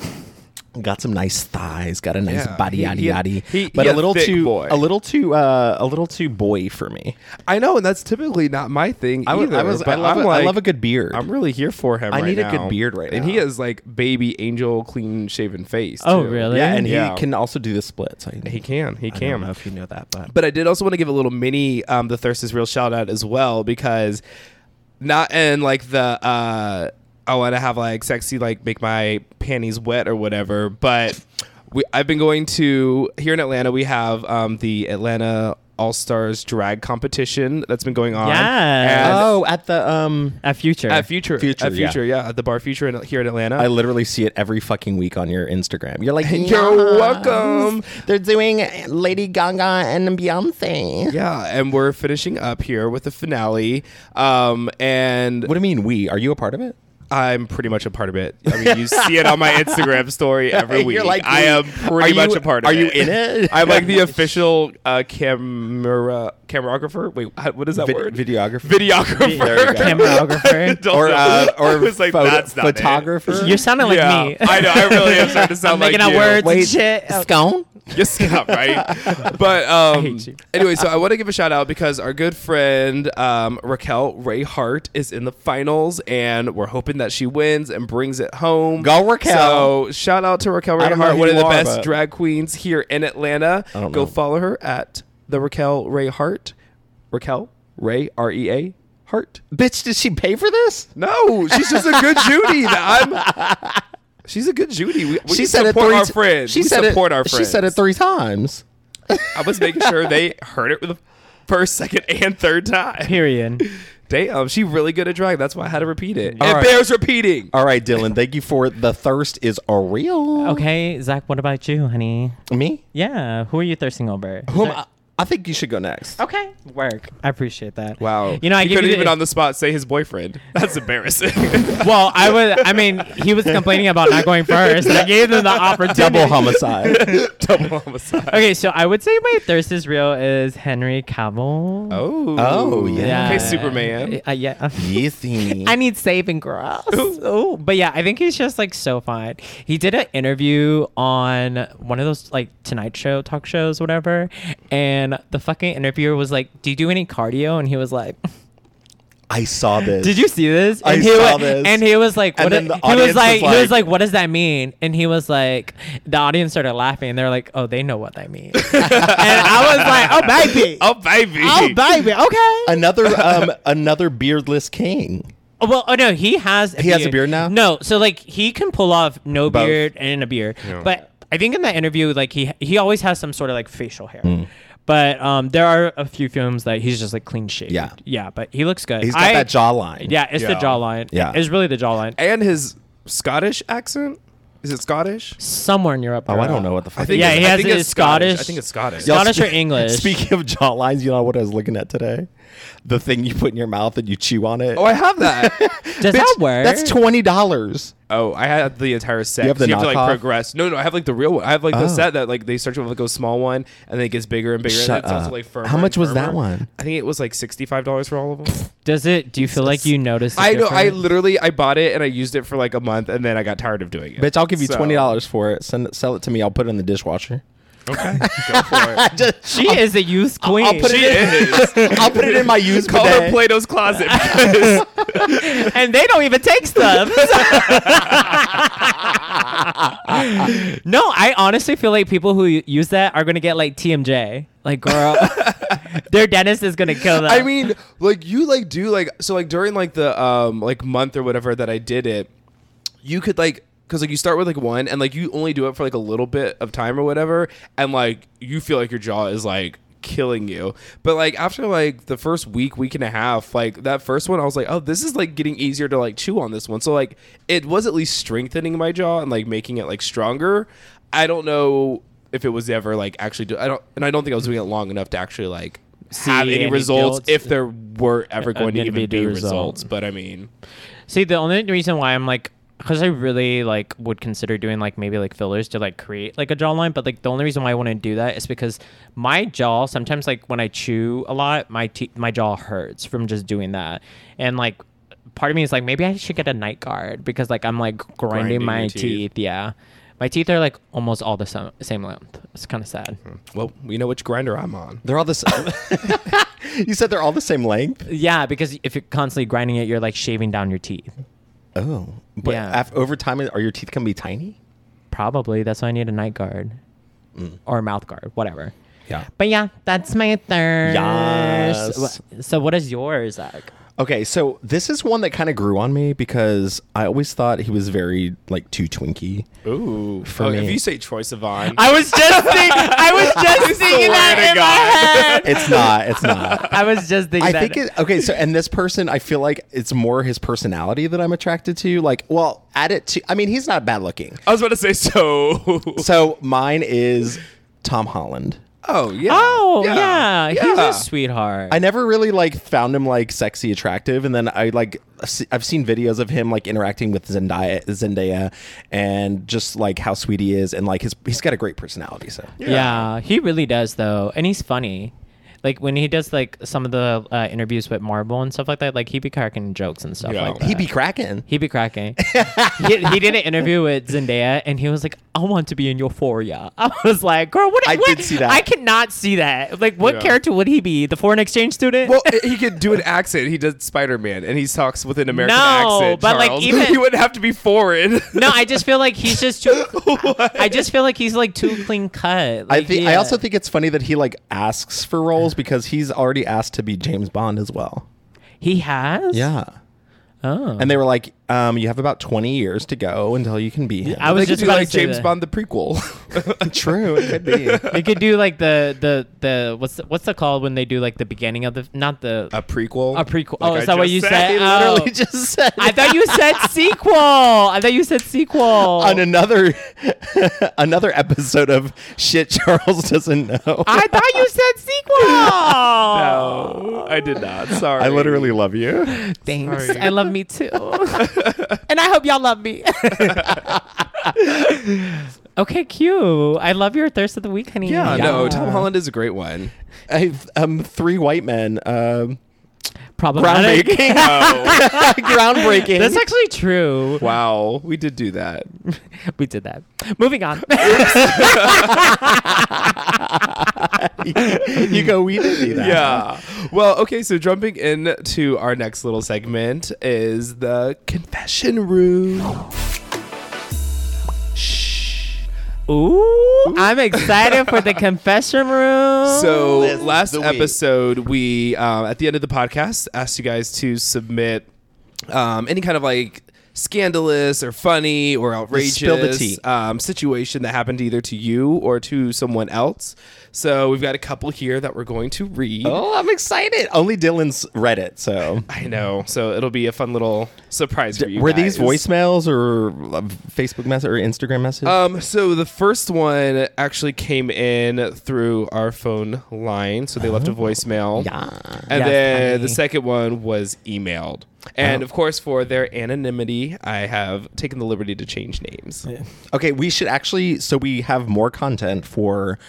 Speaker 1: got some nice thighs. Got a nice
Speaker 2: Yeah,
Speaker 1: body,
Speaker 2: he-
Speaker 1: yaddy
Speaker 2: he-
Speaker 1: yaddy.
Speaker 2: he-
Speaker 1: but
Speaker 2: he
Speaker 1: a
Speaker 2: a
Speaker 1: little
Speaker 2: thick
Speaker 1: too,
Speaker 2: boy.
Speaker 1: a little too, uh, a little too boy for me.
Speaker 2: I know, and that's typically not my thing
Speaker 1: I, w-
Speaker 2: either.
Speaker 1: I was. I
Speaker 2: but
Speaker 1: love,
Speaker 2: I'm
Speaker 1: a- I
Speaker 2: like-
Speaker 1: love a good beard.
Speaker 2: I'm really here for him.
Speaker 1: I
Speaker 2: right
Speaker 1: need a good
Speaker 2: now.
Speaker 1: beard right
Speaker 2: and he
Speaker 1: now.
Speaker 2: has like baby angel, clean shaven face.
Speaker 3: Oh,
Speaker 2: too.
Speaker 3: really?
Speaker 1: yeah, and
Speaker 2: Yeah.
Speaker 1: he can also do the splits. I,
Speaker 2: He can. He
Speaker 1: I
Speaker 2: can.
Speaker 1: don't know if you know that, but
Speaker 2: But I did also want to give a little mini um, the thirst is real shout out as well because not in like the uh, I want to have like sexy like make my panties wet or whatever, but we I've been going to here in Atlanta we have um, the Atlanta All Stars drag competition that's been going on.
Speaker 3: Yes.
Speaker 2: And
Speaker 1: oh, at the um,
Speaker 3: At future.
Speaker 2: At future,
Speaker 1: Future,
Speaker 2: at future, yeah. at the bar future in, here in Atlanta.
Speaker 1: I literally see it every fucking week on your Instagram. You're like,
Speaker 2: You're
Speaker 1: "Yes,
Speaker 2: welcome."
Speaker 1: They're doing Lady Gaga and Beyonce.
Speaker 2: yeah, and we're finishing up here with the finale. Um, and
Speaker 1: What do you mean we? Are you a part of it?
Speaker 2: I'm pretty much a part of it. I mean, you see it on my Instagram story every
Speaker 1: You're
Speaker 2: week.
Speaker 1: like,
Speaker 2: I am pretty
Speaker 1: are
Speaker 2: much
Speaker 1: you-
Speaker 2: a part of
Speaker 1: are
Speaker 2: it.
Speaker 1: you in it?
Speaker 2: I'm like the official uh, camera camerographer. Wait, how- what is that
Speaker 1: Vid-
Speaker 2: word?
Speaker 1: videographer
Speaker 2: Videographer.
Speaker 1: There you go.
Speaker 3: Camerographer.
Speaker 2: Don't
Speaker 1: or
Speaker 2: know.
Speaker 1: uh,
Speaker 2: I
Speaker 1: or
Speaker 2: was like,
Speaker 1: photo-
Speaker 2: that's not it.
Speaker 1: photographer?
Speaker 3: You're sounding like
Speaker 2: yeah,
Speaker 3: me.
Speaker 2: I know. I really am starting to sound like
Speaker 3: making up
Speaker 2: you.
Speaker 3: words.
Speaker 1: Wait,
Speaker 3: Shit.
Speaker 1: scone.
Speaker 2: Yes, Scott, right? But um,
Speaker 3: hate you.
Speaker 2: anyway, so I want to give a shout out because our good friend um, Raquel Ray Hart is in the finals, and we're hoping that she wins and brings it home.
Speaker 1: Go, Raquel.
Speaker 2: So shout out to Raquel
Speaker 1: I
Speaker 2: Ray
Speaker 1: don't know
Speaker 2: Hart,
Speaker 1: who
Speaker 2: one of
Speaker 1: you
Speaker 2: the
Speaker 1: are,
Speaker 2: best
Speaker 1: but-
Speaker 2: drag queens here in Atlanta.
Speaker 1: I don't
Speaker 2: Go
Speaker 1: know.
Speaker 2: follow her at the Raquel Ray Hart. Raquel Ray R E A Hart.
Speaker 1: Bitch, did she pay for this?
Speaker 2: No, she's just a good Judy. that I'm. She's a good Judy. We, we
Speaker 1: she said it
Speaker 2: support
Speaker 1: three
Speaker 2: our
Speaker 1: t-
Speaker 2: friends.
Speaker 1: She
Speaker 2: we
Speaker 1: said
Speaker 2: support
Speaker 1: it,
Speaker 2: our friends.
Speaker 1: She said it three times.
Speaker 2: I was making sure they heard it the first, second, and third time.
Speaker 3: Period.
Speaker 2: Damn, she really good at drag. That's why I had to repeat it.
Speaker 1: All
Speaker 2: it
Speaker 1: right.
Speaker 2: bears repeating.
Speaker 1: All right, Dylan. Thank you for it. The thirst is a real.
Speaker 3: Okay, Zach, what about you, honey?
Speaker 1: Me?
Speaker 3: Yeah, who are you thirsting over?
Speaker 1: Who am I? I think you should go next.
Speaker 3: Okay, work. I appreciate that.
Speaker 2: Wow.
Speaker 3: You know, I
Speaker 2: he
Speaker 3: give
Speaker 2: couldn't
Speaker 3: you the-
Speaker 2: even on the spot say his boyfriend. That's embarrassing.
Speaker 3: Well, I was. I mean, he was complaining about not going first. and I gave him the opportunity.
Speaker 1: Double homicide.
Speaker 2: double homicide.
Speaker 3: Okay, so I would say my thirst is real is Henry Cavill.
Speaker 2: Oh.
Speaker 1: Oh, yeah.
Speaker 2: Okay, Superman.
Speaker 3: Uh, yeah.
Speaker 1: Yeezy.
Speaker 3: I need saving grass. Oh, but yeah, I think he's just like so fine. He did an interview on one of those like Tonight Show talk shows, whatever, and the fucking interviewer was like, "Do you do any cardio?" And he was like,
Speaker 1: I saw this.
Speaker 3: "Did you see this?"
Speaker 1: I
Speaker 3: And he
Speaker 1: saw
Speaker 3: wa-
Speaker 1: this.
Speaker 3: And he was like,
Speaker 1: And
Speaker 3: "What?"
Speaker 1: then
Speaker 3: it-
Speaker 1: the
Speaker 3: he
Speaker 1: audience
Speaker 3: was like,
Speaker 1: was
Speaker 3: "He was
Speaker 1: like-
Speaker 3: like, what does that mean?" And he was like, the audience started laughing. and They're like, "Oh, they know what that means." and I was like, "Oh, baby."
Speaker 2: Oh, baby.
Speaker 3: Oh baby, okay.
Speaker 1: Another um another beardless king.
Speaker 3: Oh, Well, oh no, he has. A
Speaker 1: He has a beard now?
Speaker 3: No, so like he can pull off no
Speaker 1: Both.
Speaker 3: beard and a beard,
Speaker 2: Yeah.
Speaker 3: but I think in that interview, like he he always has some sort of like facial hair.
Speaker 1: Hmm.
Speaker 3: But um, there are a few films that he's just like clean shaved.
Speaker 1: Yeah.
Speaker 3: yeah, but he looks good.
Speaker 1: He's got
Speaker 3: I-
Speaker 1: that jawline.
Speaker 3: Yeah, it's the
Speaker 2: Yeah.
Speaker 3: jawline.
Speaker 1: Yeah. Eh.
Speaker 3: it's really the jawline.
Speaker 2: and his Scottish accent? Is it Scottish?
Speaker 3: Somewhere in Europe.
Speaker 1: Oh,
Speaker 3: girl.
Speaker 1: I don't know what the fuck.
Speaker 2: I think
Speaker 3: Yeah,
Speaker 2: it's,
Speaker 3: he
Speaker 2: I
Speaker 3: has
Speaker 2: think
Speaker 3: it
Speaker 2: it's
Speaker 3: Scottish.
Speaker 2: I think it's Scottish.
Speaker 1: Y'all
Speaker 3: Scottish or
Speaker 1: spe-
Speaker 3: English?
Speaker 1: Speaking of jawlines, you know what I was looking at today? the thing you put in your mouth and you chew on it.
Speaker 2: Oh, I have that.
Speaker 3: Does that work?
Speaker 1: That's twenty dollars.
Speaker 2: oh, I had the entire set.
Speaker 1: You have the
Speaker 2: 'cause to like
Speaker 1: knockoff?
Speaker 2: progress. No, no, I have like the real one. I have like the
Speaker 1: Oh.
Speaker 2: set that like they start with like a small one and then it gets bigger and bigger.
Speaker 1: Shut
Speaker 2: and it's also
Speaker 1: up.
Speaker 2: like firmer.
Speaker 1: How much
Speaker 2: and
Speaker 1: was that
Speaker 2: firmer.
Speaker 1: one?
Speaker 2: I think it was like sixty five dollars for all of them.
Speaker 3: Does it? Do you feel like you notice?
Speaker 2: I know. I literally I bought it and I used it for like a month and then I got tired of doing it.
Speaker 1: Bitch, I'll give you
Speaker 2: So-
Speaker 1: twenty dollars for it. Send it, sell it to me. I'll put it in the dishwasher.
Speaker 2: Okay, go for it.
Speaker 3: she is a youth queen.
Speaker 1: I'll put it. In, I'll put it in my used
Speaker 2: Call her
Speaker 1: bidet.
Speaker 2: Plato's closet. because-
Speaker 3: and they don't even take stuff. no, I honestly feel like people who u- use that are gonna get like TMJ. Like, girl, their dentist is gonna kill them.
Speaker 2: I mean, like you like do like so like during like the um like month or whatever that I did it, you could like because like you start with like one and like you only do it for like a little bit of time or whatever, and like you feel like your jaw is like killing you but like after like the first week week and a half like that first one i was like oh this is like getting easier to like chew on this one so like it was at least strengthening my jaw and like making it like stronger i don't know if it was ever like actually do i don't and i don't think i was doing it long enough to actually like
Speaker 3: See
Speaker 2: have any,
Speaker 3: any
Speaker 2: results
Speaker 3: guilt?
Speaker 2: if there were ever going to
Speaker 3: gonna
Speaker 2: even
Speaker 3: be
Speaker 2: be,
Speaker 3: the result.
Speaker 2: results. but i mean
Speaker 3: See, the only reason why I'm like, because I really like would consider doing like maybe like fillers to like create like a jawline, but like the only reason why I want to do that is because my jaw sometimes like when I chew a lot, my te- my jaw hurts from just doing that, and like part of me is like maybe I should get a night guard because like I'm like grinding,
Speaker 2: Grinding
Speaker 3: my
Speaker 2: your
Speaker 3: teeth.
Speaker 2: teeth.
Speaker 3: Yeah, my teeth are like almost all the same same length. It's kind of sad.
Speaker 2: well we know which grinder i'm on
Speaker 1: They're all the same. you said they're all the same length.
Speaker 3: Yeah, because if you're constantly grinding it, you're like shaving down your teeth.
Speaker 1: Oh, but
Speaker 3: Yeah.
Speaker 1: af- over time, are your teeth gonna be tiny?
Speaker 3: Probably that's why I need a night guard
Speaker 2: Mm.
Speaker 3: or a mouth guard, whatever.
Speaker 1: Yeah.
Speaker 3: But yeah, that's my third.
Speaker 1: Yes.
Speaker 3: Wh- So what is yours, Zach?
Speaker 1: Okay, so this is one that kind of grew on me because I always thought he was very like too twinky.
Speaker 2: ooh
Speaker 1: For
Speaker 2: Oh,
Speaker 1: me.
Speaker 2: if you say troy savon
Speaker 3: I was just think- I was just thinking that
Speaker 2: to
Speaker 3: in my head.
Speaker 1: It's not. It's not.
Speaker 3: I was just thinking
Speaker 1: I
Speaker 3: that.
Speaker 1: think it okay. So, and this person, I feel like it's more his personality that I'm attracted to. Like, well, add it to. I mean, he's not bad looking.
Speaker 2: I was about to say so.
Speaker 1: So mine is Tom Holland.
Speaker 2: Oh yeah.
Speaker 3: oh yeah, he's
Speaker 2: yeah.
Speaker 3: a sweetheart.
Speaker 1: I never really like found him like sexy attractive, and then I like se- I've seen videos of him like interacting with Zendaya, Zendaya, and just like how sweet he is, and like his he's got a great personality. So
Speaker 3: yeah. he really does though, and he's funny. Like when he does like some of the uh, interviews with Marvel and stuff like that, like he be cracking jokes and stuff
Speaker 2: Yeah.
Speaker 3: like that.
Speaker 1: he be cracking.
Speaker 3: He be cracking. he, he did an interview with Zendaya, and he was like, "I want to be in Euphoria." I was like, "Girl, what?
Speaker 1: I
Speaker 3: what-
Speaker 1: did see that.
Speaker 3: I cannot see that. Like, what
Speaker 2: Yeah.
Speaker 3: character would he be? The foreign exchange student?
Speaker 2: Well, he could do an accent. He does Spider Man, and he talks with an American
Speaker 3: No,
Speaker 2: accent.
Speaker 3: but, like,
Speaker 2: Charles.
Speaker 3: even-
Speaker 2: he wouldn't have to be foreign.
Speaker 3: no, I just feel like he's just too. I just feel like he's like too clean cut.
Speaker 1: I
Speaker 3: Like,
Speaker 1: think I
Speaker 3: yeah.
Speaker 1: also think it's funny that he like asks for roles because he's already asked to be James Bond as well.
Speaker 3: he has.
Speaker 1: Yeah.
Speaker 3: Oh.
Speaker 1: And they were like, um, you have about 20 years to go until you can be him.
Speaker 3: I was
Speaker 2: They could
Speaker 3: just
Speaker 2: do,
Speaker 3: about
Speaker 2: like
Speaker 3: to say
Speaker 2: James
Speaker 3: that.
Speaker 2: Bond the prequel.
Speaker 1: True, it could be.
Speaker 3: They could do like the the the what's the, what's the call when they do like the beginning of the not the
Speaker 2: a prequel.
Speaker 3: A prequel.
Speaker 2: Like
Speaker 3: Oh, is
Speaker 2: I
Speaker 3: that what
Speaker 2: just
Speaker 3: you
Speaker 2: said.
Speaker 3: said? Oh.
Speaker 1: Literally just said
Speaker 3: I thought you said sequel. I thought you said sequel.
Speaker 1: on another another episode of shit Charles doesn't know.
Speaker 3: I thought you said sequel.
Speaker 2: No, I did not. Sorry.
Speaker 1: I literally love you.
Speaker 3: Thanks.
Speaker 2: Sorry.
Speaker 3: I love me too. and I hope y'all love me. okay, cute. I love your thirst of the week, honey.
Speaker 2: Yeah,
Speaker 1: Yeah.
Speaker 2: no. Tom Holland is a great one.
Speaker 1: I've, um, three white men. Um,
Speaker 3: Problematic.
Speaker 1: groundbreaking.
Speaker 2: Oh,
Speaker 1: groundbreaking.
Speaker 3: That's actually true.
Speaker 2: wow. We did do that.
Speaker 3: We did that. Moving on.
Speaker 1: you go. We did do that.
Speaker 2: Yeah. Well, okay. So jumping into our next little segment is the confession room. Shh.
Speaker 3: Ooh, I'm excited for the confession room.
Speaker 2: So
Speaker 1: List
Speaker 2: last
Speaker 1: Oh, the week.
Speaker 2: episode, uh, we um, at the end of the podcast asked you guys to submit um, any kind of like scandalous or funny or outrageous
Speaker 1: Spill the tea.
Speaker 2: um, situation that happened either to you or to someone else. So we've got a couple here that we're going to read.
Speaker 1: Oh, I'm excited. Only Dylan's read it, so.
Speaker 2: I know. So it'll be a fun little surprise for you.
Speaker 1: Were these
Speaker 2: guys.
Speaker 1: voicemails or uh, Facebook message or Instagram message?
Speaker 2: Um, so the first one actually came in through our phone line, so they left a
Speaker 1: Oh.
Speaker 2: voicemail.
Speaker 1: yeah.
Speaker 2: And
Speaker 3: Yes,
Speaker 2: then
Speaker 3: honey.
Speaker 2: the second one was emailed.
Speaker 1: Oh.
Speaker 2: And of course, for their anonymity, I have taken the liberty to change names.
Speaker 1: Okay, we should actually. So we have more content for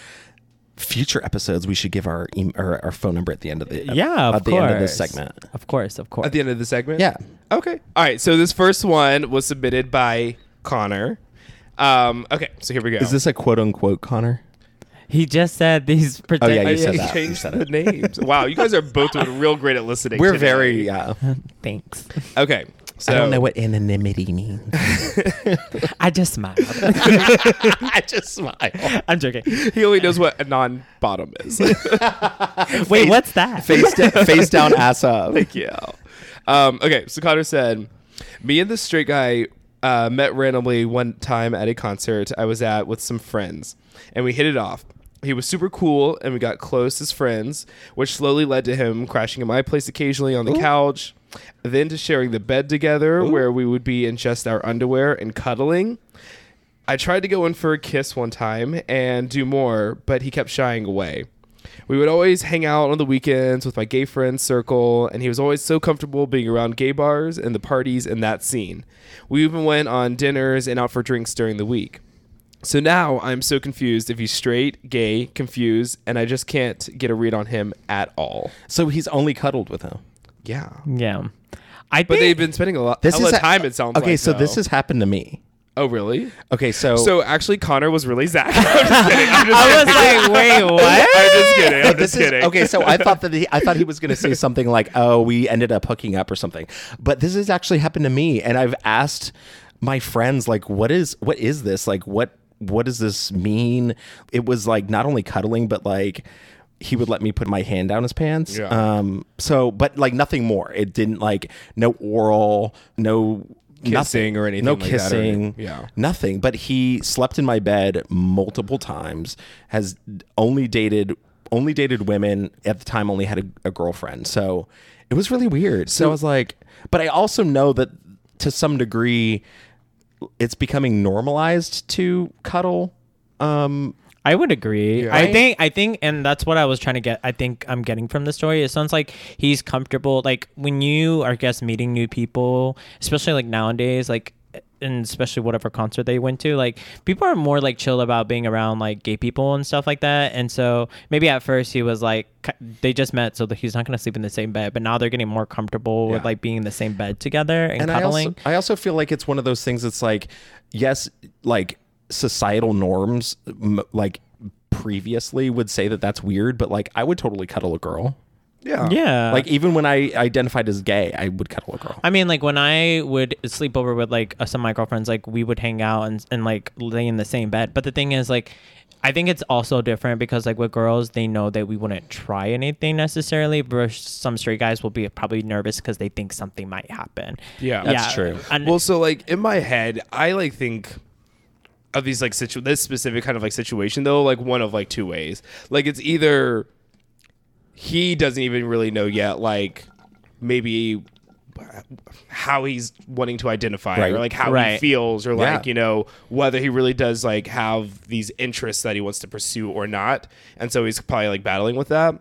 Speaker 1: future episodes. We should give our em- our, our phone number at the end of the
Speaker 3: yeah, of
Speaker 1: at the end of this
Speaker 3: course.
Speaker 1: segment.
Speaker 3: Of course, of course.
Speaker 2: At the end of the segment?
Speaker 1: Yeah.
Speaker 2: Okay. All right. So this first one was submitted by Connor. Um, okay. So here we go.
Speaker 1: Is this a quote unquote Connor?
Speaker 3: he just said these. Protect-
Speaker 1: Oh, yeah, you
Speaker 2: yeah,
Speaker 1: said
Speaker 2: you
Speaker 1: that. You
Speaker 2: changed
Speaker 1: said
Speaker 2: the names. Wow, you guys are both doing real great at listening.
Speaker 1: We're
Speaker 2: today.
Speaker 1: very yeah.
Speaker 3: Thanks.
Speaker 2: okay. So
Speaker 1: I don't know what anonymity means.
Speaker 3: I just smiled.
Speaker 1: I just smile.
Speaker 3: I'm joking.
Speaker 2: He only knows what a non bottom is.
Speaker 3: Wait, what's that?
Speaker 1: Face, da- face down, ass up.
Speaker 2: yeah. Um, okay, so Connor said, Me and this straight guy uh, met randomly one time at a concert I was at with some friends, and we hit it off. He was super cool, and we got close as friends, which slowly led to him crashing at my place occasionally on the couch, then to sharing the bed together, where we would be in just our underwear and cuddling. I tried to go in for a kiss one time and do more, but he kept shying away. We would always hang out on the weekends with my gay friends circle, and he was always so comfortable being around gay bars and the parties and that scene. We even went on dinners and out for drinks during the week. So now I'm so confused if he's straight, gay, confused, and I just can't get a read on him at all.
Speaker 1: So he's only cuddled with him.
Speaker 2: Yeah.
Speaker 3: Yeah. I
Speaker 2: But they've
Speaker 3: think
Speaker 2: been spending a lot this
Speaker 1: a-
Speaker 2: time, it sounds like.
Speaker 1: okay. So this
Speaker 2: though.
Speaker 1: has happened to me.
Speaker 2: Oh, really?
Speaker 1: Okay, so
Speaker 2: So actually, Connor was really Zach. I'm just kidding. I'm just
Speaker 3: I
Speaker 2: kidding.
Speaker 3: was like, wait, what?
Speaker 2: I'm just kidding. I'm
Speaker 1: this
Speaker 2: just kidding.
Speaker 1: is okay. So I thought that he, I thought he was going to say something like, "Oh, we ended up hooking up" or something. But this has actually happened to me, and I've asked my friends, like, "What is what is this? Like, what what does this mean?" It was like not only cuddling, but like he would let me put my hand down his pants.
Speaker 2: Yeah.
Speaker 1: Um. So, but like nothing more. It didn't like no oral, no.
Speaker 2: Kissing
Speaker 1: nothing.
Speaker 2: or anything
Speaker 1: No
Speaker 2: like that, or-
Speaker 1: kissing.
Speaker 2: yeah.
Speaker 1: Nothing. But he slept in my bed multiple times. Has only dated only dated women at the time. Only had a, a girlfriend. So it was really weird. So I was like, but I also know that to some degree, it's becoming normalized to cuddle. Um,
Speaker 3: I would agree.
Speaker 2: Right?
Speaker 3: I think I think and that's what I was trying to get I think I'm getting from the story. It sounds like he's comfortable like when you are I guess meeting new people, especially like nowadays, like and especially whatever concert they went to, like people are more like chill about being around like gay people and stuff like that. And so maybe at first he was like ki- they just met, so that he's not gonna sleep in the same bed. But now they're getting more comfortable
Speaker 1: Yeah.
Speaker 3: with like being in the same bed together and,
Speaker 1: and I
Speaker 3: cuddling.
Speaker 1: also, I also feel like it's one of those things that's like, yes, like societal norms, m- like previously would say that that's weird, but like I would totally cuddle a girl.
Speaker 2: yeah.
Speaker 3: yeah,
Speaker 1: Like even when I identified as gay, Uh, I would cuddle a girl.
Speaker 3: I mean, like when I would sleep over with like uh, some of my girlfriends, like we would hang out and, and like lay in the same bed. But the thing is, like, I think it's also different because like with girls, they know that we wouldn't try anything necessarily. But some straight guys will be probably nervous because they think something might happen.
Speaker 2: Yeah.
Speaker 1: That's true.
Speaker 3: And
Speaker 2: Well, so like in my head, I like think of these like situ this specific kind of like situation though, like one of like two ways. Like it's either he doesn't even really know yet, like maybe how he's wanting to identify
Speaker 1: Right.
Speaker 2: or like how he
Speaker 3: Right.
Speaker 2: feels or like
Speaker 1: Yeah.
Speaker 2: you know whether he really does like have these interests that he wants to pursue or not and so he's probably like battling with that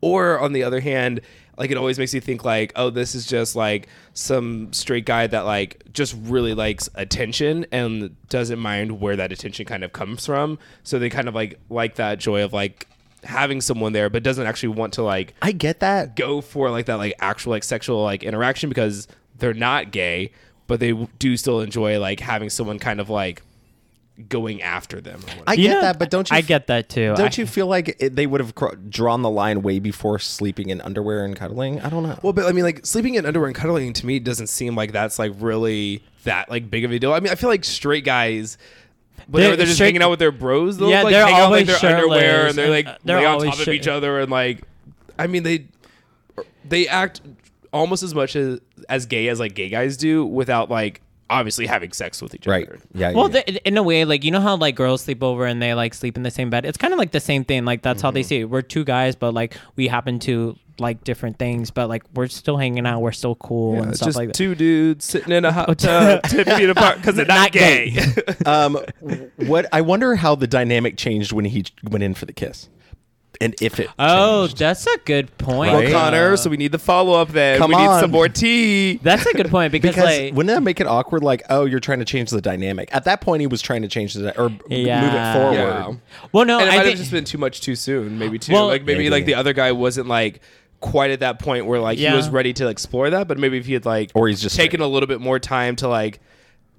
Speaker 2: or on the other hand like it always makes you think like oh this is just like some straight guy that like just really likes attention and doesn't mind where that attention kind of comes from so they kind of like like that joy of like having someone there but doesn't actually want to like
Speaker 1: I get that.
Speaker 2: go for like that like actual like sexual like interaction because they're not gay but they do still enjoy like having someone kind of like going after them or whatever.
Speaker 1: I
Speaker 3: You
Speaker 1: get
Speaker 3: know,
Speaker 1: that, but don't you?
Speaker 3: I get that too.
Speaker 1: Don't
Speaker 3: I-
Speaker 1: you feel like it, they would have cr- drawn the line way before sleeping in underwear and cuddling? I don't know.
Speaker 2: Well, but I mean, like sleeping in underwear and cuddling to me doesn't seem like that's like really that like big of a deal. I mean, I feel like straight guys. Whenever they're,
Speaker 3: They're
Speaker 2: just
Speaker 3: straight-
Speaker 2: hanging out with their bros, they'll
Speaker 3: Yeah,
Speaker 2: like
Speaker 3: they're
Speaker 2: hang out in like,
Speaker 3: always
Speaker 2: their underwear
Speaker 3: shirtless
Speaker 2: and they're
Speaker 3: and,
Speaker 2: like
Speaker 3: uh, they're
Speaker 2: lay on
Speaker 3: always
Speaker 2: top of
Speaker 3: shir-
Speaker 2: each other and like, I mean they, they act almost as much as as gay as like gay guys do without like obviously having sex with each
Speaker 1: Right.
Speaker 2: other.
Speaker 1: Yeah.
Speaker 3: Well,
Speaker 1: yeah.
Speaker 3: th- in a way, like you know how like girls sleep over and they like sleep in the same bed. It's kind of like the same thing. Like that's how
Speaker 2: Mm-hmm.
Speaker 3: they see it. We're two guys, but like we happen to like different things, but like we're still hanging out. We're still cool
Speaker 2: Uh,
Speaker 3: and stuff
Speaker 2: just
Speaker 3: like that. Oh,
Speaker 2: two dudes sitting in a hot tub, ten feet apart because they're not,
Speaker 3: Not
Speaker 2: gay.
Speaker 3: gay.
Speaker 1: um, what I wonder how the dynamic changed when he went in for the kiss, and if it.
Speaker 3: oh, that's a good point.
Speaker 2: well,
Speaker 1: Right.
Speaker 2: Connor, so we need the follow up. Then
Speaker 1: Come
Speaker 2: we need
Speaker 1: on.
Speaker 2: some more tea.
Speaker 3: that's a good point because,
Speaker 1: Because
Speaker 3: like
Speaker 1: wouldn't that make it awkward? Like, oh, you're trying to change the dynamic. At that point, he was trying to change the di- or b- move it
Speaker 3: Yeah.
Speaker 1: forward.
Speaker 2: Yeah.
Speaker 3: well, no,
Speaker 2: and it
Speaker 3: I
Speaker 2: might
Speaker 3: think
Speaker 2: have just been too much too soon, maybe too.
Speaker 3: Well-
Speaker 2: like maybe,
Speaker 1: Maybe.
Speaker 2: like the other guy wasn't like quite at that point where like he
Speaker 3: Yeah.
Speaker 2: was ready to explore that, but maybe if he had like
Speaker 1: Or he's just
Speaker 2: taken a little bit more time to like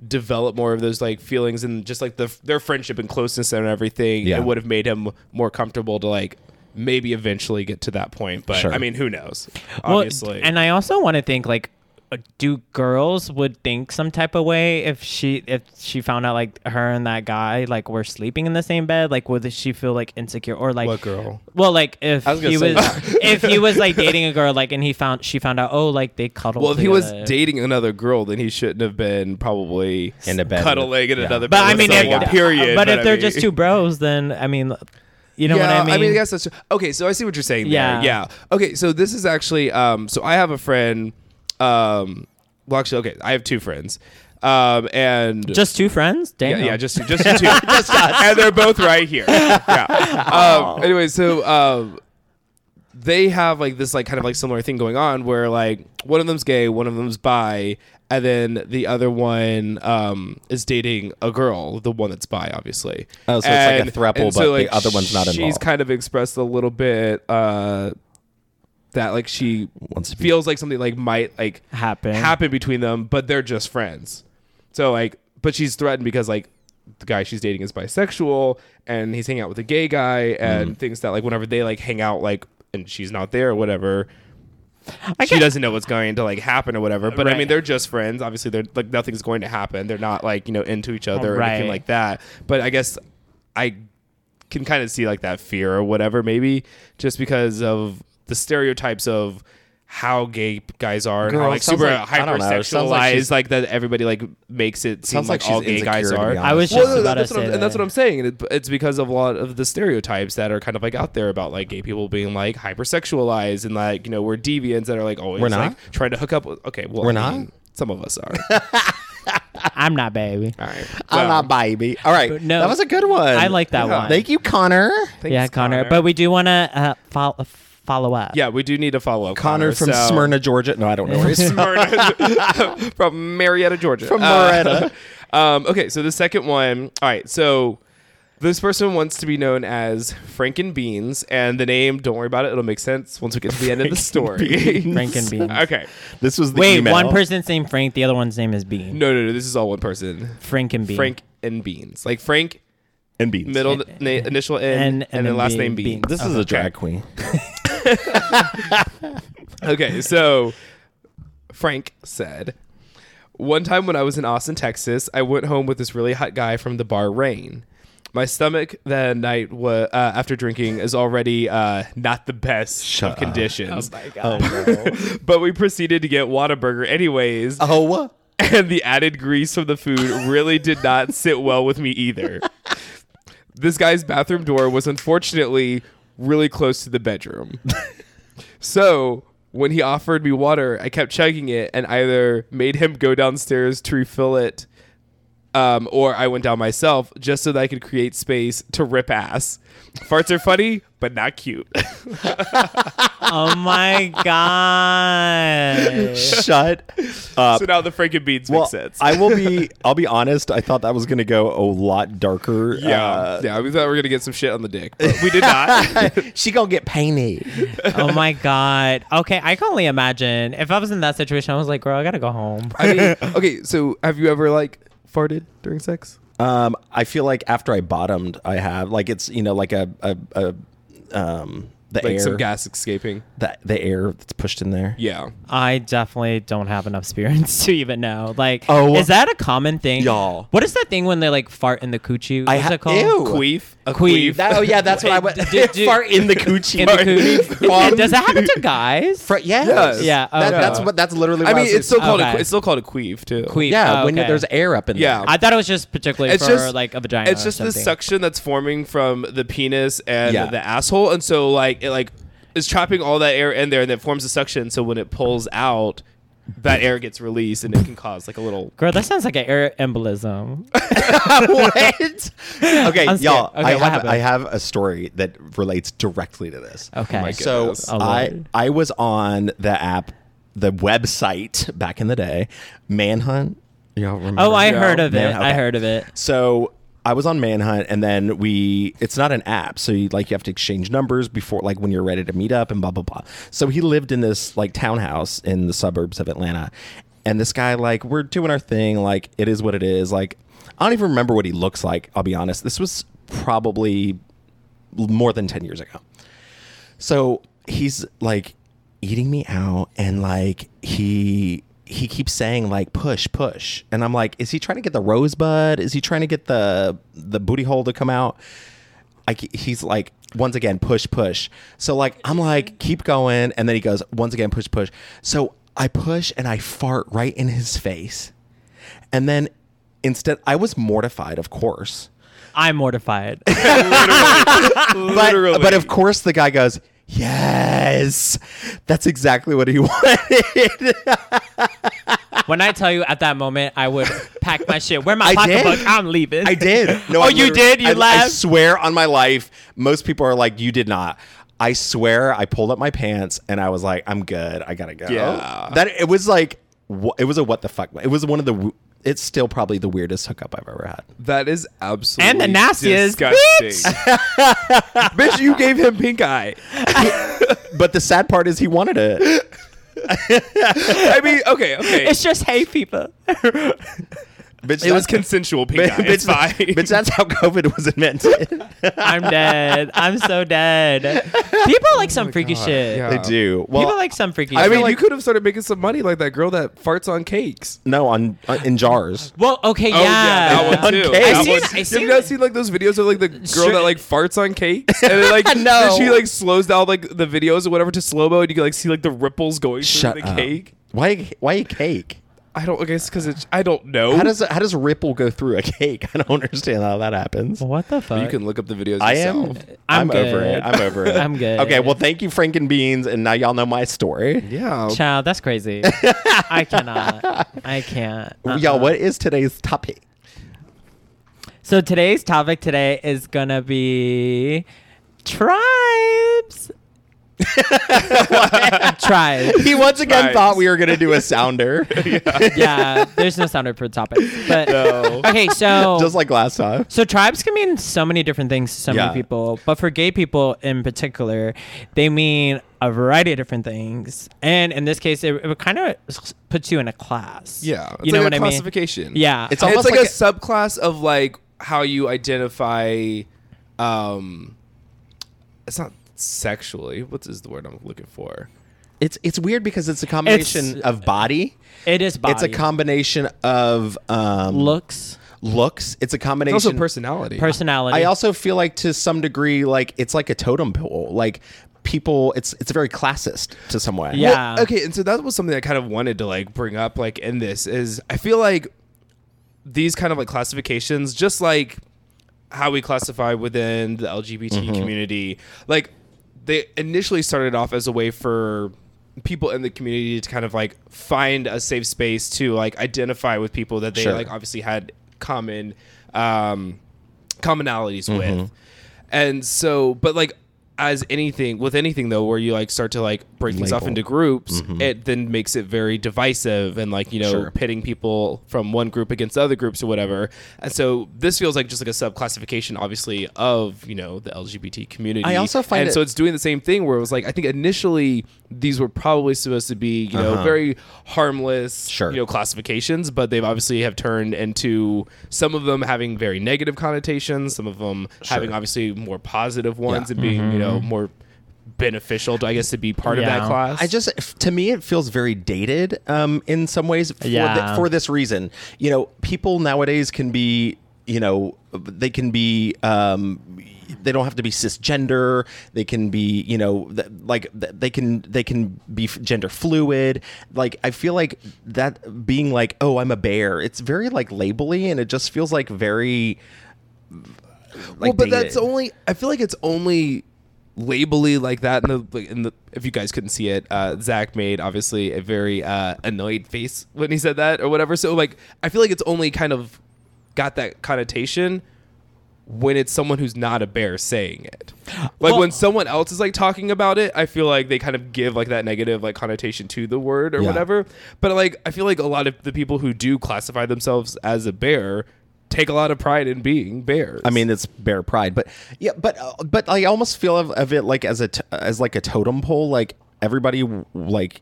Speaker 2: develop more of those like feelings and just like the, their friendship and closeness and everything,
Speaker 1: Yeah.
Speaker 2: it would have made him more comfortable to like maybe eventually get to that point. But
Speaker 1: Sure.
Speaker 2: I mean, who knows?
Speaker 3: well,
Speaker 2: Obviously,
Speaker 3: and I also want to think like, uh, do girls would think some type of way if she if she found out like her and that guy like were sleeping in the same bed? Like, would she feel like insecure or like
Speaker 2: What girl?
Speaker 3: Well, like if
Speaker 1: I was gonna
Speaker 3: he
Speaker 1: say
Speaker 3: was if he was like dating a girl like and he found she found out oh like they cuddled.
Speaker 2: well, if he was
Speaker 3: together.
Speaker 2: dating another girl, then he shouldn't have been probably
Speaker 1: In a bed.
Speaker 2: cuddling in
Speaker 1: Yeah.
Speaker 2: another.
Speaker 3: But
Speaker 2: bed
Speaker 3: I
Speaker 2: with
Speaker 3: mean, if,
Speaker 2: someone, period.
Speaker 3: But if
Speaker 2: I
Speaker 3: they're
Speaker 2: mean-
Speaker 3: just two bros, then I mean, you know
Speaker 2: yeah,
Speaker 3: what I mean.
Speaker 2: I mean, I guess that's okay. So I see what you're saying. Yeah,
Speaker 3: Yeah.
Speaker 2: yeah. Okay, so this is actually. Um, so I have a friend. Um, well, actually, okay, I have two friends. Um, and
Speaker 3: just two friends.
Speaker 2: yeah,
Speaker 3: Damn.
Speaker 2: yeah, just just you two, just us, and they're both right here. Yeah. Um, anyway, so um, they have like this like kind of like similar thing going on where like one of them's gay, one of them's bi, and then the other one um, is dating a girl, the one that's bi, obviously.
Speaker 1: Oh, so it's like a throuple,
Speaker 2: and
Speaker 1: but the other one's not
Speaker 2: She's
Speaker 1: involved.
Speaker 2: kind of expressed a little bit uh, that like she
Speaker 1: Wants to be-
Speaker 2: feels like something like might like
Speaker 3: Happen.
Speaker 2: happen between them, but they're just friends. So like, but she's threatened because like the guy she's dating is bisexual and he's hanging out with a gay guy and thinks that like whenever they like hang out like and she's not there or whatever,
Speaker 3: I
Speaker 2: she
Speaker 3: guess-
Speaker 2: doesn't know what's going to like happen or whatever. But I
Speaker 3: Right.
Speaker 2: mean, they're just friends. Obviously, they're like nothing's going to happen. They're not like you know into each other or anything
Speaker 3: Right.
Speaker 2: like that. But I guess I can kind of see like that fear or whatever, maybe just because of the stereotypes of how gay guys are and how
Speaker 1: Girl,
Speaker 2: like
Speaker 1: it sounds
Speaker 2: super
Speaker 1: like- I don't know. It sounds like
Speaker 2: hypersexualized, like,
Speaker 1: she's-
Speaker 2: that everybody like makes it seem
Speaker 1: Sounds
Speaker 2: like,
Speaker 1: like
Speaker 2: all
Speaker 1: she's
Speaker 2: gay guys
Speaker 1: insecure, to
Speaker 2: are.
Speaker 1: be
Speaker 3: I
Speaker 1: honest.
Speaker 3: was just
Speaker 2: no,
Speaker 3: about
Speaker 2: that's
Speaker 3: to
Speaker 2: what
Speaker 3: say
Speaker 2: I'm,
Speaker 3: that.
Speaker 2: and that's what I'm saying. It- It's because of a lot of the stereotypes that are kind of like out there about like gay people being like hypersexualized and like you know we're deviants that are like always
Speaker 1: We're not?
Speaker 2: like trying to hook up. With, okay, well
Speaker 1: We're
Speaker 2: I
Speaker 1: not?
Speaker 2: mean, some of us are.
Speaker 3: I'm not baby.
Speaker 2: All right.
Speaker 1: I'm
Speaker 2: Well,
Speaker 1: not baby. All right,
Speaker 3: no.
Speaker 1: that was a good one.
Speaker 3: I like that one.
Speaker 1: Thank you, Connor.
Speaker 2: thanks,
Speaker 3: yeah, Connor. But we do want to uh, follow follow up.
Speaker 2: yeah, we do need to follow up.
Speaker 1: Connor from
Speaker 2: so-
Speaker 1: Smyrna, Georgia. No, I don't know where he's from.
Speaker 2: Marietta- from Marietta, Georgia.
Speaker 1: From
Speaker 2: Uh,
Speaker 1: Marietta.
Speaker 2: um, okay, so the second one. All right, so this person wants to be known as Franken Beans, and the name. Don't worry about it; it'll make sense once we get to the end of the story.
Speaker 3: Frank and Bean.
Speaker 2: okay.
Speaker 1: This was the
Speaker 3: Wait,
Speaker 1: email.
Speaker 3: one person's named Frank, the other one's name is Bean.
Speaker 2: No, no, no. This is all one person.
Speaker 3: Frank and Bean.
Speaker 2: Frank and Beans, like Frank,
Speaker 1: and beans.
Speaker 2: middle na- initial N, and,
Speaker 3: and- and
Speaker 2: then
Speaker 3: then
Speaker 2: last
Speaker 3: Bean-
Speaker 2: name Beans.
Speaker 3: Bean.
Speaker 1: This is a drag queen.
Speaker 2: Okay, so Frank said, One time when I was in Austin, Texas, I went home with this really hot guy from the bar Rain. My stomach that night wa- uh, after drinking is already uh, not the best
Speaker 1: Shut
Speaker 2: of
Speaker 1: up.
Speaker 2: conditions.
Speaker 1: Oh, no.
Speaker 2: But we proceeded to get Whataburger anyways,
Speaker 1: oh, what?
Speaker 2: and the added grease from the food really did not sit well with me either. This guy's bathroom door was unfortunately really close to the bedroom. So when he offered me water, I kept chugging it and either made him go downstairs to refill it, um, or I went down myself just so that I could create space to rip ass. Farts are funny, but not cute.
Speaker 3: Oh my god.
Speaker 1: Shut up.
Speaker 2: so now the Frank and Beans
Speaker 1: well,
Speaker 2: make sense.
Speaker 1: I will be. I'll be honest. I thought that was going to go a lot darker.
Speaker 2: yeah,
Speaker 1: Uh,
Speaker 2: yeah. We thought we were gonna get some shit on the dick, but we did not.
Speaker 1: she gonna get painted.
Speaker 3: Oh my god. Okay, I can only imagine. If I was in that situation, I was like, girl, I gotta go home.
Speaker 2: I mean, okay, so have you ever like farted during sex?
Speaker 1: Um, I feel like after I bottomed, I have like it's you know like a a, a um the
Speaker 2: like
Speaker 1: air
Speaker 2: some gas escaping.
Speaker 1: the, the air that's pushed in there.
Speaker 2: Yeah.
Speaker 3: I definitely don't have enough experience to even know. Like,
Speaker 1: Oh.
Speaker 3: is that a common thing,
Speaker 1: Y'all.
Speaker 3: What is that thing when they like fart in the coochie?
Speaker 1: I
Speaker 3: What's
Speaker 1: ha-
Speaker 3: it called?
Speaker 1: Ew.
Speaker 2: Queef. A
Speaker 3: Queef.
Speaker 2: queef.
Speaker 1: That- oh yeah, that's what I went.
Speaker 3: Did- did-
Speaker 1: fart in the coochie.
Speaker 3: In the
Speaker 1: Fart-
Speaker 3: coochie.
Speaker 1: fart-
Speaker 3: Does that happen to guys?
Speaker 1: fart- yes.
Speaker 2: Yes.
Speaker 3: Yeah,
Speaker 1: That-
Speaker 3: okay.
Speaker 1: that's what. That's literally.
Speaker 2: I
Speaker 1: what
Speaker 2: mean,
Speaker 1: was-
Speaker 2: it's still called a,
Speaker 3: Okay.
Speaker 2: que- it's still called a queef too.
Speaker 3: Queef.
Speaker 1: Yeah,
Speaker 3: Oh,
Speaker 1: when
Speaker 3: okay.
Speaker 1: there's air up in
Speaker 2: Yeah.
Speaker 1: there.
Speaker 3: I thought it was just particularly
Speaker 2: It's
Speaker 3: for
Speaker 2: just-
Speaker 3: like a vagina.
Speaker 2: It's
Speaker 3: or
Speaker 2: just the
Speaker 3: something.
Speaker 2: suction that's forming from the penis and
Speaker 1: Yeah.
Speaker 2: the asshole, and so like it like is trapping all that air in there, and that forms a suction. So when it pulls out, that air gets released, and it can cause like a little.
Speaker 3: Girl, that sounds like an air embolism.
Speaker 1: what? Okay,
Speaker 3: I'm scared.
Speaker 1: y'all.
Speaker 3: Okay,
Speaker 1: I
Speaker 3: what
Speaker 1: have
Speaker 3: happened?
Speaker 1: I have a story that relates directly to this.
Speaker 3: Okay.
Speaker 2: my God.
Speaker 1: So
Speaker 2: goodness.
Speaker 3: Oh,
Speaker 1: I
Speaker 3: Lord.
Speaker 1: I was on the app, the website back in the day, Manhunt. Y'all remember?
Speaker 3: oh, I
Speaker 2: Yeah.
Speaker 3: heard of it.
Speaker 1: Man,
Speaker 3: I
Speaker 1: okay.
Speaker 3: heard of it.
Speaker 1: So I was on Manhunt, and then we. It's not an app, so you like you have to exchange numbers before, like when you're ready to meet up, and blah blah blah. So he lived in this like townhouse in the suburbs of Atlanta, and this guy like we're doing our thing, like it is what it is. Like I don't even remember what he looks like. I'll be honest. This was probably more than ten years ago. So he's like eating me out and like he he keeps saying like push push and I'm like is he trying to get the rosebud is he trying to get the the booty hole to come out I ke- he's like once again push push so like I'm like keep going and then he goes once again push push so I push and I fart right in his face and then instead I was mortified of course
Speaker 3: I'm mortified.
Speaker 1: but,
Speaker 2: Literally.
Speaker 1: but of course, the guy goes, Yes, that's exactly what he wanted.
Speaker 3: when I tell you at that moment, I would pack my shit. Where my
Speaker 1: I did.
Speaker 3: pocketbook? I'm leaving.
Speaker 1: I did.
Speaker 3: oh,
Speaker 1: I
Speaker 3: you
Speaker 1: literally-
Speaker 3: did. You
Speaker 1: I, I
Speaker 3: laughed.
Speaker 1: swear on my life, most people are like, You did not. I swear, I pulled up my pants and I was like, I'm good. I gotta go.
Speaker 2: Yeah.
Speaker 1: That it was like, wha- it was a what the fuck. It was one of the. w- It's still probably the weirdest hookup I've ever had.
Speaker 2: That is absolutely
Speaker 3: And the nastiest,
Speaker 2: disgusting. bitch, you gave him pink eye.
Speaker 1: But the sad part is he wanted it.
Speaker 2: I mean, okay, okay.
Speaker 3: it's just hey people.
Speaker 1: Bitch,
Speaker 2: it was
Speaker 1: that's-
Speaker 2: consensual pink eye.
Speaker 1: Bitch,
Speaker 2: It's fine.
Speaker 1: bitch, that's how COVID was invented.
Speaker 3: I'm dead. I'm so dead. People like some freaky
Speaker 2: Oh God.
Speaker 3: shit.
Speaker 2: Yeah.
Speaker 1: they do. Well,
Speaker 3: People like some freaky
Speaker 2: I
Speaker 3: shit.
Speaker 2: mean, you could have started making some money like that girl that farts on cakes.
Speaker 1: No, on uh, in jars.
Speaker 3: well, okay, yeah.
Speaker 2: Oh yeah, that one
Speaker 1: On
Speaker 2: too.
Speaker 1: cake.
Speaker 2: That
Speaker 1: I
Speaker 3: seen-
Speaker 2: one-
Speaker 3: I
Speaker 2: Have
Speaker 3: seen-
Speaker 2: you guys seen like those videos of like the girl
Speaker 3: Sure.
Speaker 2: that like farts on cakes and then, like
Speaker 1: No.
Speaker 2: then she like slows down like the videos or whatever to slow mo and you can like see like the ripples going through the cake.
Speaker 1: Why? Why a cake?
Speaker 2: I don't. I guess because it's I don't know.
Speaker 1: How does how does ripple go through a cake? I don't understand how that happens.
Speaker 3: What the fuck?
Speaker 2: you can look up the videos.
Speaker 1: I am.
Speaker 2: yourself.
Speaker 1: I'm,
Speaker 3: I'm
Speaker 1: over
Speaker 3: good.
Speaker 1: it. I'm over it.
Speaker 3: I'm good.
Speaker 1: Okay. Well, thank you, Frank and Beans, and now y'all know my story.
Speaker 2: Yeah.
Speaker 3: Child, that's crazy. I cannot. I can't.
Speaker 1: Y'all,
Speaker 3: Uh-uh.
Speaker 1: what is today's topic?
Speaker 3: So today's topic today is gonna be tribes. tribes.
Speaker 1: He once again
Speaker 2: Right.
Speaker 1: thought we were gonna do a sounder,
Speaker 3: Yeah, there's no sounder for topics, but okay. So
Speaker 1: just like last time.
Speaker 3: So tribes can mean so many different things to so
Speaker 1: Yeah.
Speaker 3: many people, but for gay people in particular, they mean a variety of different things. And in this case, it, it kind of puts you in a class.
Speaker 2: Yeah. It's
Speaker 3: you
Speaker 2: like
Speaker 3: know
Speaker 2: a
Speaker 3: what I mean?
Speaker 2: classification.
Speaker 3: Yeah,
Speaker 1: It's
Speaker 2: And
Speaker 1: almost
Speaker 2: it's like,
Speaker 1: like
Speaker 2: a, subclass of like how you identify um it's not sexually what is the word i'm looking for
Speaker 1: It's it's weird because it's a combination of body.
Speaker 3: it is body.
Speaker 1: It's a combination of um,
Speaker 3: looks,
Speaker 1: looks. It's a
Speaker 2: it's
Speaker 1: combination.
Speaker 2: also personality
Speaker 3: personality.
Speaker 1: I also feel like to some degree, like it's like a totem pole. Like people, it's it's very classist to some way.
Speaker 3: Yeah.
Speaker 2: Well, okay, and so that was something I kind of wanted to like bring up like in this is I feel like these kind of like classifications, just like how we classify within the LGBT community, like they initially started off as a way for people in the community to kind of like find a safe space to like identify with people that they
Speaker 1: Sure.
Speaker 2: like obviously had common um commonalities
Speaker 1: Mm-hmm.
Speaker 2: with. And so, but like as anything with anything though, where you like start to like break things off
Speaker 1: Label. Mm-hmm.
Speaker 2: into groups, it then makes it very divisive and like you know
Speaker 1: Sure.
Speaker 2: pitting people from one group against other groups or whatever. And so this feels like just like a subclassification, obviously, of you know the LGBT community.
Speaker 1: I also find
Speaker 2: and
Speaker 1: it-
Speaker 2: so it's doing the same thing where it was like I think initially these were probably supposed to be you know very harmless
Speaker 1: Sure.
Speaker 2: you know classifications, but they've obviously have turned into some of them having very negative connotations, some of them having obviously more positive ones and being you know more beneficial, I guess, to be part of that
Speaker 3: Yeah.
Speaker 2: class.
Speaker 1: I just, f- to me, it feels very dated um, in some ways for,
Speaker 3: Yeah.
Speaker 1: thi- for this reason. You know, people nowadays can be, you know, they can be, um, they don't have to be cisgender. They can be, you know, th- like th- they can they can be f- gender fluid. Like I feel like that being like, oh, I'm a bear. It's very like labely, and it just feels like very. Like
Speaker 2: well, but
Speaker 1: dated.
Speaker 2: that's only. I feel like it's only labely like that. In the, like, in the if you guys couldn't see it, uh, Zach made obviously a very uh, annoyed face when he said that or whatever. So like, I feel like it's only kind of got that connotation when it's someone who's not a bear saying it. Like
Speaker 3: Well-
Speaker 2: when someone else is like talking about it, I feel like they kind of give like that negative like connotation to the word or
Speaker 1: Yeah.
Speaker 2: whatever. But like I feel like a lot of the people who do classify themselves as a bear take a lot of pride in being bears.
Speaker 1: I mean, it's bare pride, but yeah, but uh, but I almost feel of, of it like as a t- as like a totem pole. Like everybody w- like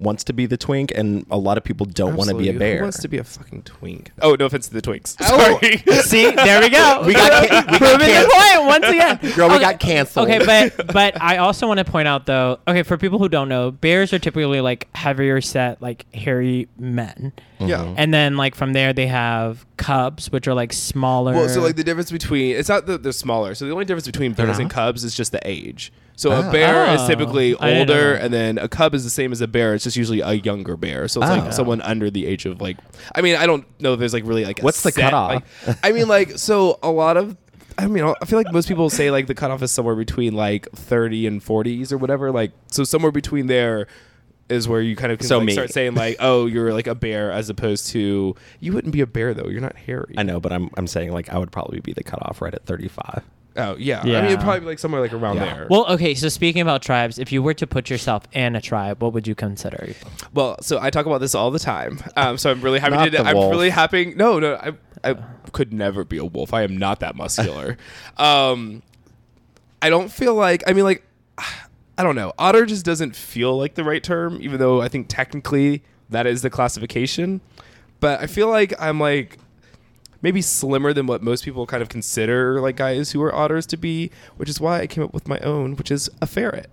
Speaker 1: wants to be the twink, and a lot of people don't want to be a
Speaker 2: Absolutely. Who
Speaker 1: bear. Oh.
Speaker 2: wants to be a fucking twink? Oh, no offense to the twinks. Sorry.
Speaker 3: See, there we go.
Speaker 1: We got ca- we got
Speaker 3: proving the
Speaker 1: canceled.
Speaker 3: point once again.
Speaker 1: Girl, we got canceled.
Speaker 3: Okay, but but I also want to point out though. Okay, for people who don't know, bears are typically like heavier set, like hairy men,
Speaker 1: Mm-hmm.
Speaker 2: yeah.
Speaker 3: and then like from there they have cubs, which are like smaller.
Speaker 2: Well, so like the difference between it's not that they're smaller. So the only difference between bears and cubs is just the age. So a bear is
Speaker 3: Oh.
Speaker 2: typically
Speaker 3: I didn't know
Speaker 2: older,
Speaker 3: that.
Speaker 2: and then a cub is the same as a bear. It's just usually a younger bear. So it's
Speaker 1: Oh.
Speaker 3: Ah.
Speaker 2: like someone under the age of like. I mean, I don't know if there's like really like a
Speaker 1: What's the
Speaker 2: set,
Speaker 1: cutoff?
Speaker 2: like- I mean, like so a lot of. I mean, I feel like most people say like the cutoff is somewhere between like 30 and 40s or whatever. Like so somewhere between there is where you kind of can
Speaker 1: So
Speaker 2: like,
Speaker 1: me.
Speaker 2: start saying like, oh, you're like a bear as opposed to you wouldn't be a bear though. You're not hairy.
Speaker 1: I know, but I'm I'm saying like I would probably be the cutoff right at 35.
Speaker 2: Oh yeah. I mean
Speaker 3: Yeah.
Speaker 2: it'd probably be like somewhere like around
Speaker 1: Yeah.
Speaker 2: there. Well,
Speaker 3: Well, okay. So speaking about tribes, if you were to put yourself in a tribe, what would you consider?
Speaker 2: so I talk about this all the time. Um, so I'm really happy
Speaker 1: Not
Speaker 2: to.
Speaker 1: the
Speaker 2: I'm
Speaker 1: wolf.
Speaker 2: really happy. No, no, I I could never be a wolf. I am not that muscular. um, I don't feel like. I mean, like, I don't know. Otter just doesn't feel like the right term, even though I think technically that is the classification. But I feel like I'm like maybe slimmer than what most people kind of consider like guys who are otters to be, which is why I came up with my own, which is a ferret.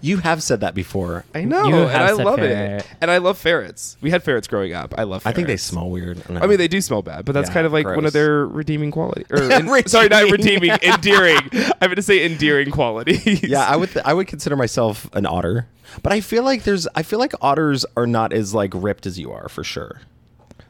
Speaker 1: You have said that before. I,
Speaker 2: I know,
Speaker 3: You
Speaker 2: and
Speaker 3: have
Speaker 2: I
Speaker 3: said
Speaker 2: love
Speaker 3: ferret.
Speaker 2: it. And I love ferrets. We had ferrets growing up. I love. ferrets.
Speaker 1: think they smell weird. don't
Speaker 2: I mean,
Speaker 1: know.
Speaker 2: they do smell bad, but that's
Speaker 1: Yeah,
Speaker 2: kind of like one
Speaker 1: gross.
Speaker 2: of their redeeming quality. Or en- sorry, not
Speaker 1: Redeeming.
Speaker 2: redeeming, endearing. I meant to say endearing qualities.
Speaker 1: yeah, I would th- I would consider myself an otter, but I feel like there's I feel like otters are not as like ripped as you are for sure.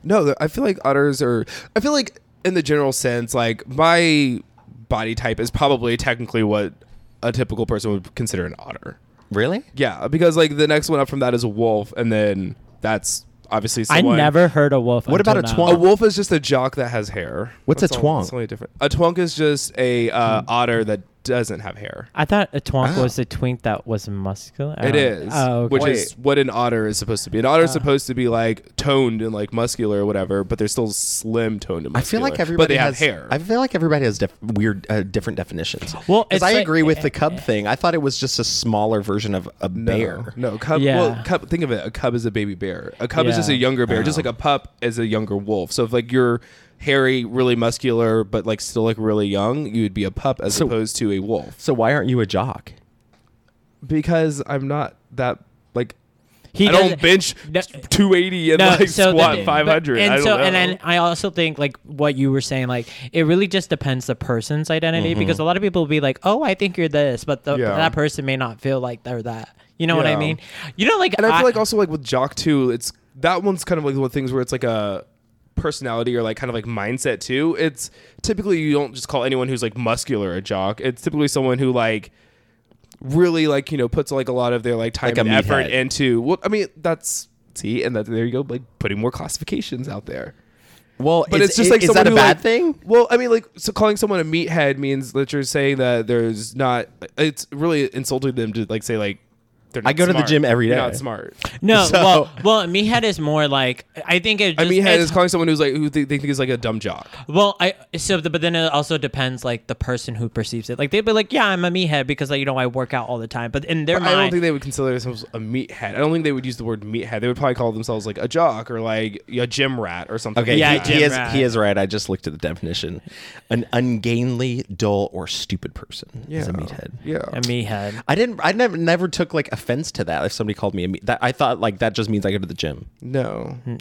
Speaker 2: No, th- I feel like otters are. I feel like in the general sense, like my body type is probably technically what a typical person would consider an otter.
Speaker 1: Really?
Speaker 2: Yeah, because like the next one up from that is a wolf, and then that's obviously.
Speaker 3: I
Speaker 2: Someone,
Speaker 3: never heard a wolf.
Speaker 1: What about
Speaker 3: until
Speaker 1: a
Speaker 3: now.
Speaker 2: A
Speaker 1: twonk?
Speaker 2: wolf is just a jock that has hair.
Speaker 1: What's a
Speaker 2: That's all-
Speaker 1: twonk? Hmm.
Speaker 2: that's only different. A twonk is just a uh, otter that doesn't have hair.
Speaker 3: I thought a twonk
Speaker 1: Oh.
Speaker 3: was a twink that was muscular. I
Speaker 2: Ah.
Speaker 1: Uh,
Speaker 2: It
Speaker 3: don't-
Speaker 2: is,
Speaker 3: Oh, okay.
Speaker 2: which is what an otter is supposed to be. An otter is supposed to be like toned and like muscular or whatever, but they're still slim toned and
Speaker 1: I
Speaker 2: muscular.
Speaker 1: feel like
Speaker 2: but
Speaker 1: everybody
Speaker 2: they
Speaker 1: has
Speaker 2: have hair.
Speaker 1: I feel like everybody has def- weird, uh, different definitions.
Speaker 3: Well,
Speaker 1: because
Speaker 3: it's
Speaker 1: I
Speaker 3: like- eh,
Speaker 1: agree with the cub thing. I thought it was just a smaller version of a
Speaker 2: no,
Speaker 1: bear.
Speaker 2: no cub.
Speaker 3: Yeah.
Speaker 2: Well, cub. Think of it. A cub is a baby bear. A cub is just a
Speaker 3: Yeah.
Speaker 2: younger bear,
Speaker 1: Oh.
Speaker 2: just like a pup is a younger wolf. So if like you're hairy, really muscular, but like still like really young, you would be a pup as
Speaker 1: So-
Speaker 2: opposed to a wolf.
Speaker 1: So why aren't you a jock?
Speaker 2: Because I'm not that like
Speaker 3: He
Speaker 2: I don't
Speaker 3: doesn't-
Speaker 2: bench
Speaker 3: No-
Speaker 2: 280 and like
Speaker 3: the
Speaker 2: squat
Speaker 3: thing-
Speaker 2: 500.
Speaker 3: but- And
Speaker 2: I don't
Speaker 3: so,
Speaker 2: know.
Speaker 3: and then I also think like what you were saying, like it really just depends the person's identity because a lot of people will be like, "Oh, I think you're this," but the,
Speaker 2: Mm-hmm. Yeah.
Speaker 3: that person may not feel like they're that. You know what I
Speaker 2: Yeah.
Speaker 3: mean? You know, like
Speaker 2: and I feel like also like with Jock too, it's that one's kind of like one of the things where it's like a personality or like kind of like mindset too. It's typically you don't just call anyone who's like muscular a jock. It's typically someone who like really like you know puts like a lot of their like time
Speaker 1: Like a
Speaker 2: and effort
Speaker 1: meathead.
Speaker 2: into. Well, I mean that's see, and that there you go, like putting more classifications out there.
Speaker 1: Well,
Speaker 2: But
Speaker 1: is-
Speaker 2: it's just
Speaker 1: i-
Speaker 2: like
Speaker 1: is
Speaker 2: someone
Speaker 1: that a
Speaker 2: who,
Speaker 1: bad
Speaker 2: like-
Speaker 1: thing?
Speaker 2: Well, I mean, like, so calling someone a meathead means that you're saying that there's not. It's really insulting them to like say like They're
Speaker 1: I
Speaker 2: not
Speaker 1: go to the
Speaker 2: smart.
Speaker 1: gym every
Speaker 2: You're
Speaker 1: day.
Speaker 2: Not smart.
Speaker 3: No,
Speaker 1: So-
Speaker 3: well, well, mi head is more like I think it. Just,
Speaker 2: I mean,
Speaker 3: it's-
Speaker 2: is calling someone who's like who they, they think is like a dumb jock.
Speaker 3: Well, I so the, but then it also depends like the person who perceives it. Like they'd be like, "Yeah, I'm a meathead because like you know I work out all the time." But in their
Speaker 2: I
Speaker 3: mind,
Speaker 2: don't think they would consider themselves a meathead. I don't think they would use the word meathead. They would probably call themselves like a jock or like a gym rat or something.
Speaker 1: Okay,
Speaker 3: Yeah,
Speaker 2: like
Speaker 1: he,
Speaker 2: that.
Speaker 1: he
Speaker 3: gym
Speaker 1: is
Speaker 3: rat.
Speaker 1: he is right. I just looked at the definition. An ungainly, dull, or stupid person is a meathead.
Speaker 2: Yeah.
Speaker 3: a meathead.
Speaker 1: I didn't. I never never took like offense to that. If somebody called me a meat, that I thought like that just means I go to the gym.
Speaker 2: No.
Speaker 1: hmm.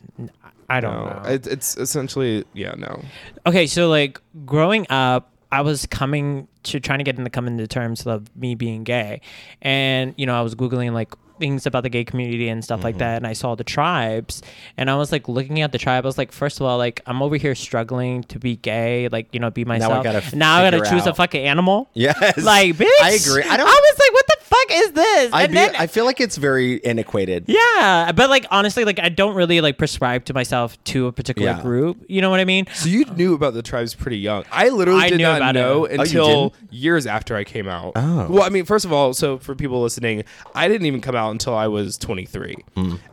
Speaker 3: I don't
Speaker 2: No.
Speaker 3: know.
Speaker 2: It, it's essentially yeah. No.
Speaker 3: okay, so like growing up, I was coming to trying to get into coming to terms of me being gay, and you know I was googling like things about the gay community and stuff
Speaker 1: Mm-hmm.
Speaker 3: like that, and I saw the tribes, and I was like looking at the tribe. I was like, first of all, like I'm over here struggling to be gay, like you know, be myself.
Speaker 1: gotta f-
Speaker 3: now I gotta
Speaker 1: figure
Speaker 3: choose a
Speaker 1: out.
Speaker 3: fucking animal.
Speaker 1: Yes,
Speaker 3: Like, bitch.
Speaker 1: I agree. I don't.
Speaker 3: I was like, what the fuck is this?
Speaker 1: I,
Speaker 3: and
Speaker 1: be,
Speaker 3: then
Speaker 1: I feel like it's very antiquated.
Speaker 3: yeah, but like honestly, like I don't really like prescribe to myself to a particular
Speaker 1: Yeah.
Speaker 3: group. You know what I mean?
Speaker 2: So you knew about the tribes pretty young. I literally
Speaker 3: I
Speaker 2: did
Speaker 3: knew
Speaker 2: not
Speaker 3: about it.
Speaker 2: know
Speaker 3: Oh, you
Speaker 2: until years after I came out.
Speaker 1: Oh.
Speaker 2: Well, I mean, first of all, so for people listening, I didn't even come out until I was 23.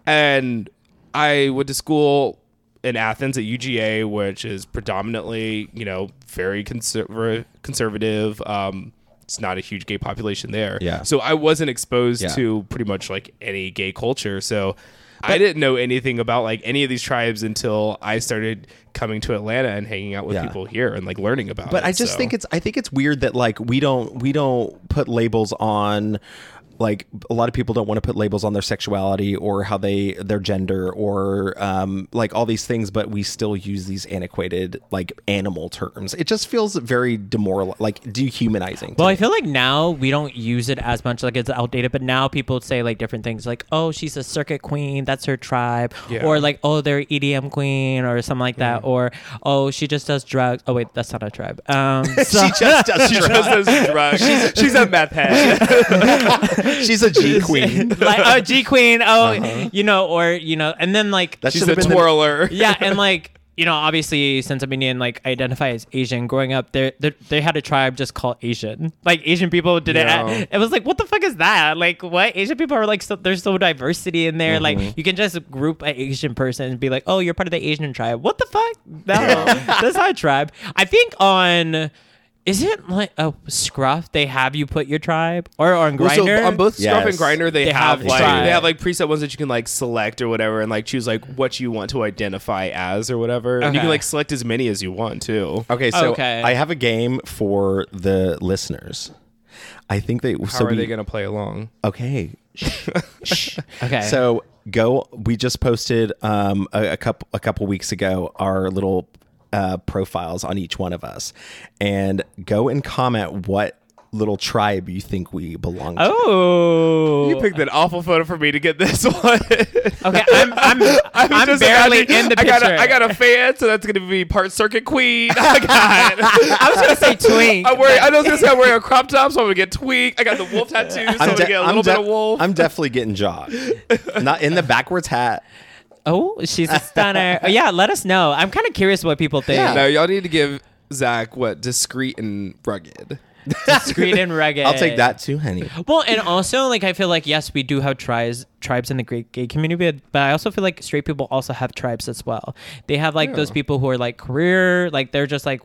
Speaker 2: And I went to school in Athens at UGA, which is predominantly, you know, very conserv- conservative. Um, it's not a huge gay population there.
Speaker 1: Yeah.
Speaker 2: So I wasn't exposed
Speaker 1: Yeah.
Speaker 2: to pretty much like any gay culture. So I didn't know anything about like any of these tribes until I started coming to Atlanta and hanging out with
Speaker 1: Yeah.
Speaker 2: people here and like learning about it.
Speaker 1: But I just
Speaker 2: so.
Speaker 1: think it's I think it's weird that like we don't we don't put labels on like a lot of people don't want to put labels on their sexuality or how they their gender or um, like all these things, but we still use these antiquated like animal terms. It just feels very demoral like dehumanizing. to
Speaker 3: Well,
Speaker 1: me.
Speaker 3: I feel like now we don't use it as much, like it's outdated. But now people say like different things, like "Oh, she's a circuit queen, that's her tribe,"
Speaker 2: Yeah.
Speaker 3: or like "Oh, they're EDM queen," or something like that, or "Oh, she just does drugs." Oh wait, that's not a tribe. Um, so-
Speaker 1: she just does.
Speaker 2: she
Speaker 1: drugs.
Speaker 2: does those drugs. She's, she's a meth head.
Speaker 1: She's a G queen.
Speaker 3: like oh, G queen. Oh, you know, or you know, and then like
Speaker 1: That
Speaker 2: She's
Speaker 1: should've
Speaker 2: a
Speaker 1: been the-
Speaker 2: twirler.
Speaker 3: yeah, and like you know, obviously since I'm Indian, like I identify as Asian. Growing up, there there- they had a tribe just called Asian. Like Asian people did
Speaker 2: Yeah.
Speaker 3: it. It was like, what the fuck is that? Like what Asian people are like? So, there's so diversity in there.
Speaker 2: Mm-hmm.
Speaker 3: Like you can just group an Asian person and be like, oh, you're part of the Asian tribe. What the fuck? No, that's not a tribe. I think on. Is it like a scruff? They have you put your tribe or on
Speaker 2: Well,
Speaker 3: Grinder?
Speaker 2: so on both Scruff and
Speaker 1: Yes.
Speaker 2: Grinder, they,
Speaker 3: They
Speaker 2: have,
Speaker 3: have
Speaker 2: like
Speaker 3: tribe.
Speaker 2: they have like preset ones that you can like select or whatever, and like choose like what you want to identify as or whatever. And you
Speaker 3: Okay.
Speaker 2: can like select as many as you want too.
Speaker 1: Okay, so
Speaker 3: Okay.
Speaker 1: I have a game for the listeners. I think they
Speaker 2: How
Speaker 1: so
Speaker 2: are
Speaker 1: we,
Speaker 2: they gonna play along?
Speaker 1: Okay. Shh. Shh.
Speaker 3: Okay.
Speaker 1: So go. We just posted um, a, a couple a couple weeks ago our little uh, profiles on each one of us, and go and comment what little tribe you think we belong to.
Speaker 3: Oh,
Speaker 2: You picked an awful photo for me to get this one.
Speaker 3: Okay, I'm I'm I'm,
Speaker 2: just
Speaker 3: barely
Speaker 2: imagining-
Speaker 3: in the
Speaker 2: I
Speaker 3: picture.
Speaker 2: got, a, I got a fan, so that's gonna be part circuit queen. I got.
Speaker 3: I was gonna say twink.
Speaker 1: Oh.
Speaker 2: I'm wearing. I know this guy wearing a crop top, so I'm gonna get tweak. I got the wolf tattoo, so I'm, gonna
Speaker 1: de-
Speaker 2: get a little
Speaker 1: de-
Speaker 2: bit of wolf.
Speaker 1: I'm definitely getting jaw. Not in the backwards hat.
Speaker 3: oh, she's a stunner. Oh, yeah, let us know. I'm kind of curious what people think.
Speaker 1: Yeah.
Speaker 2: no, y'all need to give Zach what discreet and rugged.
Speaker 3: Discreet and rugged.
Speaker 1: I'll take that too, honey.
Speaker 3: Well, and also like I feel like yes, we do have tribes tribes in the great gay community, but, but I also feel like straight people also have tribes as well. They have like those people who are like career, like they're just like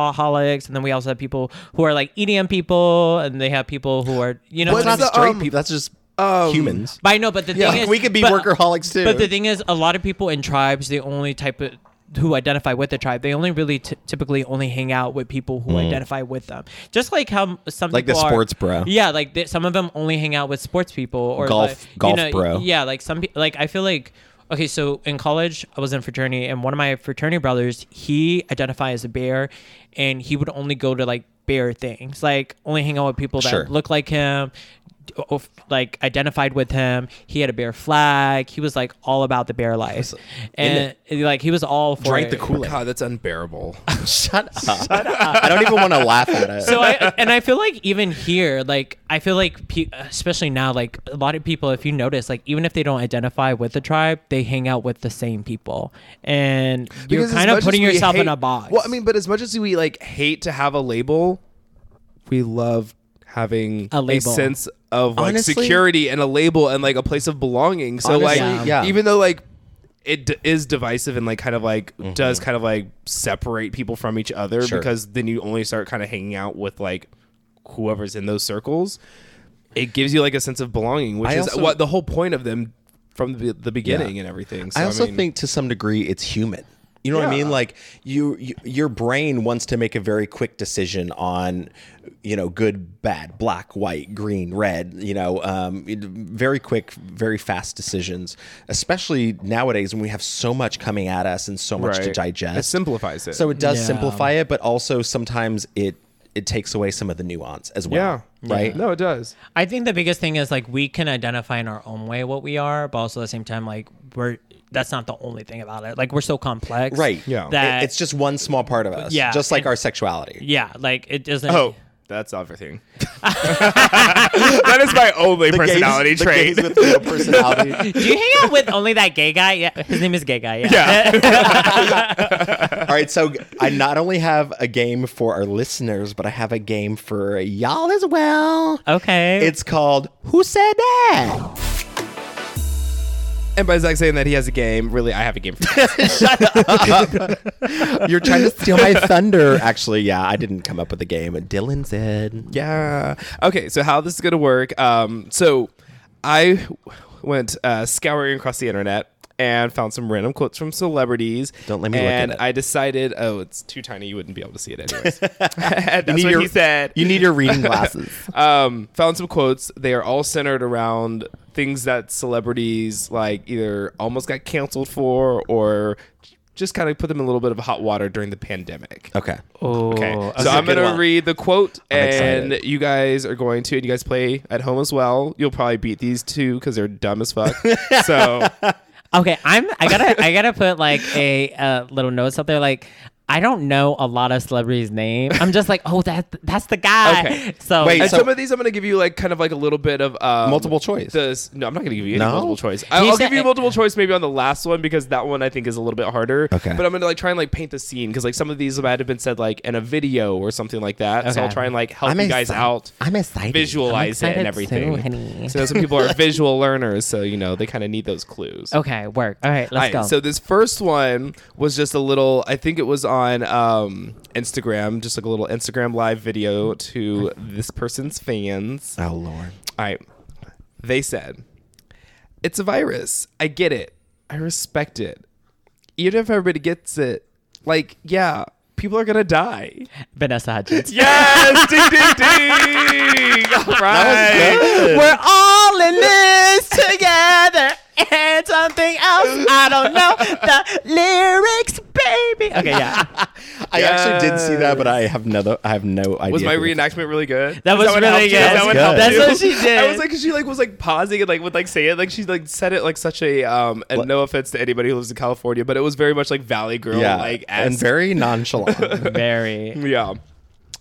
Speaker 3: workaholics, and then we also have people who are like EDM people, and they have people who are you know.
Speaker 1: That's
Speaker 3: what I
Speaker 1: not
Speaker 3: mean?
Speaker 2: the-
Speaker 1: straight
Speaker 2: um,
Speaker 1: people. That's just
Speaker 2: um,
Speaker 1: humans.
Speaker 3: But I know, but the thing is,
Speaker 1: we could be
Speaker 3: but-
Speaker 1: workaholics too.
Speaker 3: But the thing is, a lot of people in tribes, the only type of who identify with the tribe, they only really t- typically only hang out with people who identify with them. Just like how m- some
Speaker 1: Mm. Like the
Speaker 3: people are-
Speaker 1: sports bro.
Speaker 3: Yeah, like th- some of them only hang out with sports people or
Speaker 1: Golf-
Speaker 3: like, you
Speaker 1: golf
Speaker 3: know,
Speaker 1: bro.
Speaker 3: Yeah, like some people. Like I feel like. Okay, so in college, I was in fraternity, and one of my fraternity brothers, he identified as a bear, and he would only go to like bear things, like only hang out with people that
Speaker 1: Sure.
Speaker 3: look looked like him of- like identified with him he had a bear flag he was like all about the bear life and like he was all for
Speaker 1: Drank
Speaker 3: it.
Speaker 1: the Kool-Aid.
Speaker 2: God, that's unbearable.
Speaker 1: Shut up. I don't even want to laugh at it.
Speaker 3: so I and I feel like even here, like I feel like pe- especially now, like a lot of people, if you notice, like even if they don't identify with the tribe, they hang out with the same people, and you're
Speaker 2: Because as
Speaker 3: kind of
Speaker 2: much
Speaker 3: putting
Speaker 2: as we
Speaker 3: yourself in
Speaker 2: hate-
Speaker 3: a box.
Speaker 2: Well, I mean, but as much as we like hate to have a label, we love having
Speaker 3: A label.
Speaker 2: sense of like
Speaker 1: Honestly-
Speaker 2: security and a label and like a place of belonging. So
Speaker 1: Honestly,
Speaker 2: like,
Speaker 1: yeah.
Speaker 2: even though like it d- is divisive and like kind of like does kind of like separate people from each other
Speaker 1: Mm-hmm. Sure.
Speaker 2: because then you only start kind of hanging out with like whoever's in those circles. It gives you like a sense of belonging, which
Speaker 1: I
Speaker 2: is
Speaker 1: also-
Speaker 2: what the whole point of them from the, the beginning and everything. So,
Speaker 1: I also
Speaker 2: mean,
Speaker 1: think to some degree it's human. You know what I
Speaker 2: Yeah.
Speaker 1: mean? Like you, you, your brain wants to make a very quick decision on, you know, good, bad, black, white, green, red. You know, um, it- very quick, very fast decisions. Especially nowadays when we have so much coming at us and so much to
Speaker 2: right.
Speaker 1: digest.
Speaker 2: It simplifies it.
Speaker 1: So it does
Speaker 4: Yeah.
Speaker 1: simplify it, but also sometimes it it takes away some of the nuance as
Speaker 2: yeah,
Speaker 1: well. Right.
Speaker 2: No, it does.
Speaker 3: I think the biggest thing is like we can identify in our own way what we are, but also at the same time, like we're that's not the only thing about it. Like we're so complex,
Speaker 1: Right.
Speaker 2: Yeah.
Speaker 3: That
Speaker 1: It- it's just one small part of us.
Speaker 3: Yeah,
Speaker 1: Just like
Speaker 3: and-
Speaker 1: our sexuality.
Speaker 3: yeah, like it doesn't.
Speaker 2: Oh, that's everything. that is my only personality
Speaker 1: Gays- the
Speaker 2: trait.
Speaker 1: gays with no personality.
Speaker 3: do you hang out with only that gay guy? Yeah, his name is Gay Guy. Yeah,
Speaker 2: yeah.
Speaker 1: All right, so I not only have a game for our listeners, but I have a game for y'all as well.
Speaker 3: okay.
Speaker 1: It's called Who Said That?
Speaker 2: and by Zach saying that he has a game, really, I have a game. For you.
Speaker 1: You're trying to steal my thunder. Actually, yeah, I didn't come up with the game. Dylan said.
Speaker 2: yeah. Okay. So how this is gonna work? Um, so I went uh, scouring across the internet and found some random quotes from celebrities.
Speaker 1: Don't let me look at
Speaker 2: And
Speaker 1: it.
Speaker 2: I decided, oh, it's too tiny. You wouldn't be able to see it anyways. And that's
Speaker 1: need
Speaker 2: what
Speaker 1: your-
Speaker 2: he said.
Speaker 1: You need your reading glasses.
Speaker 2: um, found some quotes. They are all centered around things that celebrities like either almost got canceled for or just kind of put them in a little bit of hot water during the pandemic.
Speaker 1: Okay.
Speaker 2: Okay.
Speaker 1: is
Speaker 2: so I'm
Speaker 1: a good
Speaker 2: going to
Speaker 1: one.
Speaker 2: read the quote and
Speaker 1: excited.
Speaker 2: you guys are going to, and you guys play at home as well. You'll probably beat these two because they're dumb as fuck. so
Speaker 3: Okay, I'm. I gotta. I gotta put like a uh, little notes up there. Like, I don't know a lot of celebrities' name. I'm just like, oh, that that's the guy.
Speaker 2: Okay.
Speaker 3: So
Speaker 1: Wait,
Speaker 2: And
Speaker 1: So-
Speaker 2: some of these, I'm going to give you like kind of like a little bit of um,
Speaker 1: Multiple choice.
Speaker 2: This, no, I'm not going to give you any
Speaker 1: No?
Speaker 2: multiple choice. I,
Speaker 3: He
Speaker 2: will
Speaker 3: said-
Speaker 2: give you multiple choice maybe on the last one because that one I think is a little bit harder.
Speaker 1: Okay.
Speaker 2: But I'm going to like try and like paint the scene because like some of these might have been said like in a video or something like that. So I'll
Speaker 3: Okay.
Speaker 2: try and like help
Speaker 1: I'm
Speaker 2: you guys
Speaker 1: exci-
Speaker 2: out,
Speaker 1: I'm excited.
Speaker 2: visualize
Speaker 3: I'm
Speaker 2: it and
Speaker 3: excited too,
Speaker 2: everything.
Speaker 3: honey.
Speaker 2: So some people are visual learners, so you know they kind of need those clues.
Speaker 3: okay, work. All right, let's
Speaker 2: All
Speaker 3: go.
Speaker 2: right, So this first one was just a little. I think it was on um, Instagram, just like a little Instagram live video to this person's fans.
Speaker 1: Oh, Lord.
Speaker 2: All right. They said, It's a virus. I get it. I respect it. Even if everybody gets it, like, yeah, people are going to die.
Speaker 3: Vanessa Hudgens.
Speaker 2: Yes! ding, ding, ding! All right.
Speaker 3: We're all in this together and something else. I don't know the lyrics, baby. Okay, yeah.
Speaker 1: I actually did see that, but I have no, I have no idea.
Speaker 2: Was my
Speaker 1: who the-
Speaker 2: reenactment really good?
Speaker 3: That
Speaker 2: Is
Speaker 3: was
Speaker 2: what
Speaker 3: really
Speaker 2: helped you?
Speaker 3: good.
Speaker 2: Is
Speaker 1: That was
Speaker 2: That
Speaker 1: good.
Speaker 2: helped
Speaker 3: That's
Speaker 2: you?
Speaker 3: what she did.
Speaker 2: I was like, 'cause she like was like pausing and like would like say it like she like said it like such a um. And no offense to anybody who lives in California, but it was very much like Valley Girl
Speaker 1: Yeah.
Speaker 2: like
Speaker 1: and
Speaker 2: esque.
Speaker 1: very nonchalant.
Speaker 3: Very.
Speaker 2: Yeah.